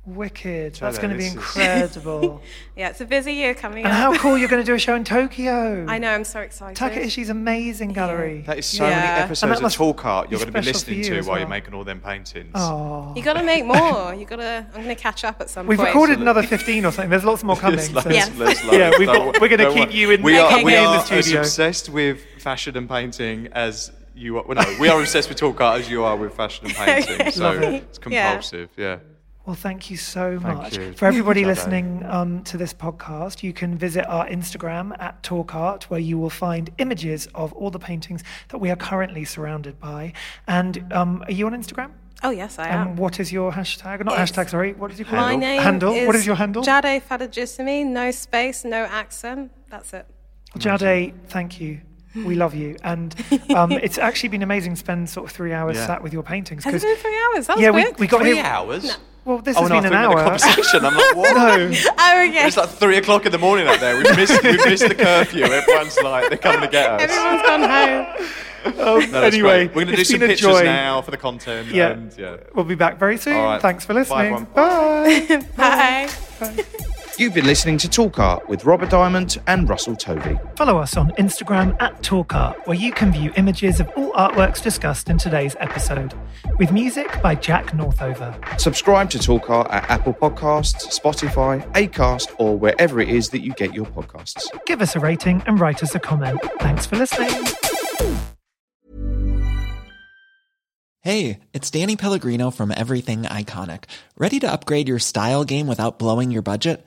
Speaker 2: Wicked. That's
Speaker 1: Jada,
Speaker 2: going to be
Speaker 1: this is-
Speaker 2: incredible.
Speaker 3: yeah. It's a busy year coming
Speaker 2: and
Speaker 3: up.
Speaker 2: how cool you're going to do a show in Tokyo.
Speaker 3: I know. I'm so excited.
Speaker 2: Takeishi's amazing gallery.
Speaker 1: That is so
Speaker 3: Yeah.
Speaker 1: many
Speaker 2: And
Speaker 1: episodes
Speaker 2: that
Speaker 1: of
Speaker 2: must
Speaker 1: Talk Art you're
Speaker 2: be
Speaker 1: going to be
Speaker 2: special for
Speaker 1: listening
Speaker 2: you
Speaker 1: to
Speaker 2: as
Speaker 1: while you're
Speaker 2: well.
Speaker 1: making all them paintings.
Speaker 2: Oh.
Speaker 3: You got to make more. You got to. I'm going to catch up at some
Speaker 2: We've
Speaker 3: point.
Speaker 2: recorded another 15 or something. There's lots more coming.
Speaker 1: Yes,
Speaker 2: so-
Speaker 1: loads,
Speaker 3: Yeah.
Speaker 1: loads,
Speaker 2: Yeah,
Speaker 1: loads.
Speaker 2: we've got-
Speaker 1: Don't
Speaker 2: we're gonna
Speaker 1: worry.
Speaker 2: keep you in-
Speaker 1: we
Speaker 3: Okay,
Speaker 1: are, we
Speaker 3: okay.
Speaker 1: are
Speaker 2: in the studio.
Speaker 1: as obsessed with fashion and painting as you are. Well, no, we are obsessed with Talk Art as you are with fashion and painting. So it's compulsive. Yeah.
Speaker 2: Well, thank you so much.
Speaker 1: you.
Speaker 2: For everybody
Speaker 1: Jada.
Speaker 2: listening um, to this podcast, you can visit our Instagram at Talk Art, where you will find images of all the paintings that we are currently surrounded by. And um, are you on Instagram?
Speaker 3: Oh yes, I
Speaker 2: And
Speaker 3: am.
Speaker 2: what is your hashtag? Not
Speaker 3: It's-
Speaker 2: hashtag, sorry. What did you call
Speaker 3: My
Speaker 2: it?
Speaker 3: name
Speaker 2: handle.
Speaker 3: Is
Speaker 2: what is your handle?
Speaker 3: Jade Fadajisimi. No space, no accent. That's it.
Speaker 2: Jade, thank you. We love you. And um, it's actually been amazing to spend sort of three hours
Speaker 1: Yeah.
Speaker 2: sat with your paintings.
Speaker 3: Has
Speaker 2: 'cause-
Speaker 3: it been three hours? That was
Speaker 2: yeah, we,
Speaker 3: quick.
Speaker 2: we got here.
Speaker 1: hours?
Speaker 2: Well, this
Speaker 1: Oh,
Speaker 2: has
Speaker 1: no, I
Speaker 2: been an
Speaker 1: thought we had a
Speaker 2: hour.
Speaker 1: conversation. I'm like, what?
Speaker 3: Oh, okay.
Speaker 1: It's like three o'clock in the morning out there. We've missed, we've missed the curfew. Everyone's like, they're coming to get us.
Speaker 3: Everyone's gone home.
Speaker 1: No, that's great.
Speaker 2: anyway,
Speaker 1: we're going to do
Speaker 2: it's
Speaker 1: some
Speaker 2: been a
Speaker 1: pictures
Speaker 2: joy.
Speaker 1: now for the content.
Speaker 2: Yeah.
Speaker 1: And, yeah.
Speaker 2: We'll be back very soon.
Speaker 1: All right.
Speaker 2: Thanks for
Speaker 1: Bye,
Speaker 2: listening.
Speaker 1: everyone.
Speaker 2: Bye.
Speaker 3: Bye.
Speaker 7: You've been listening to Talk Art with Robert Diamond and Russell Tovey.
Speaker 2: Follow us on Instagram at TalkArt, where you can view images of all artworks discussed in today's episode, with music by Jack Northover.
Speaker 7: Subscribe to Talk Art at Apple Podcasts, Spotify, Acast, or wherever it is that you get your podcasts.
Speaker 2: Give us a rating and write us a comment. Thanks for listening.
Speaker 8: Hey, it's Danny Pellegrino from Everything Iconic. Ready to upgrade your style game without blowing your budget?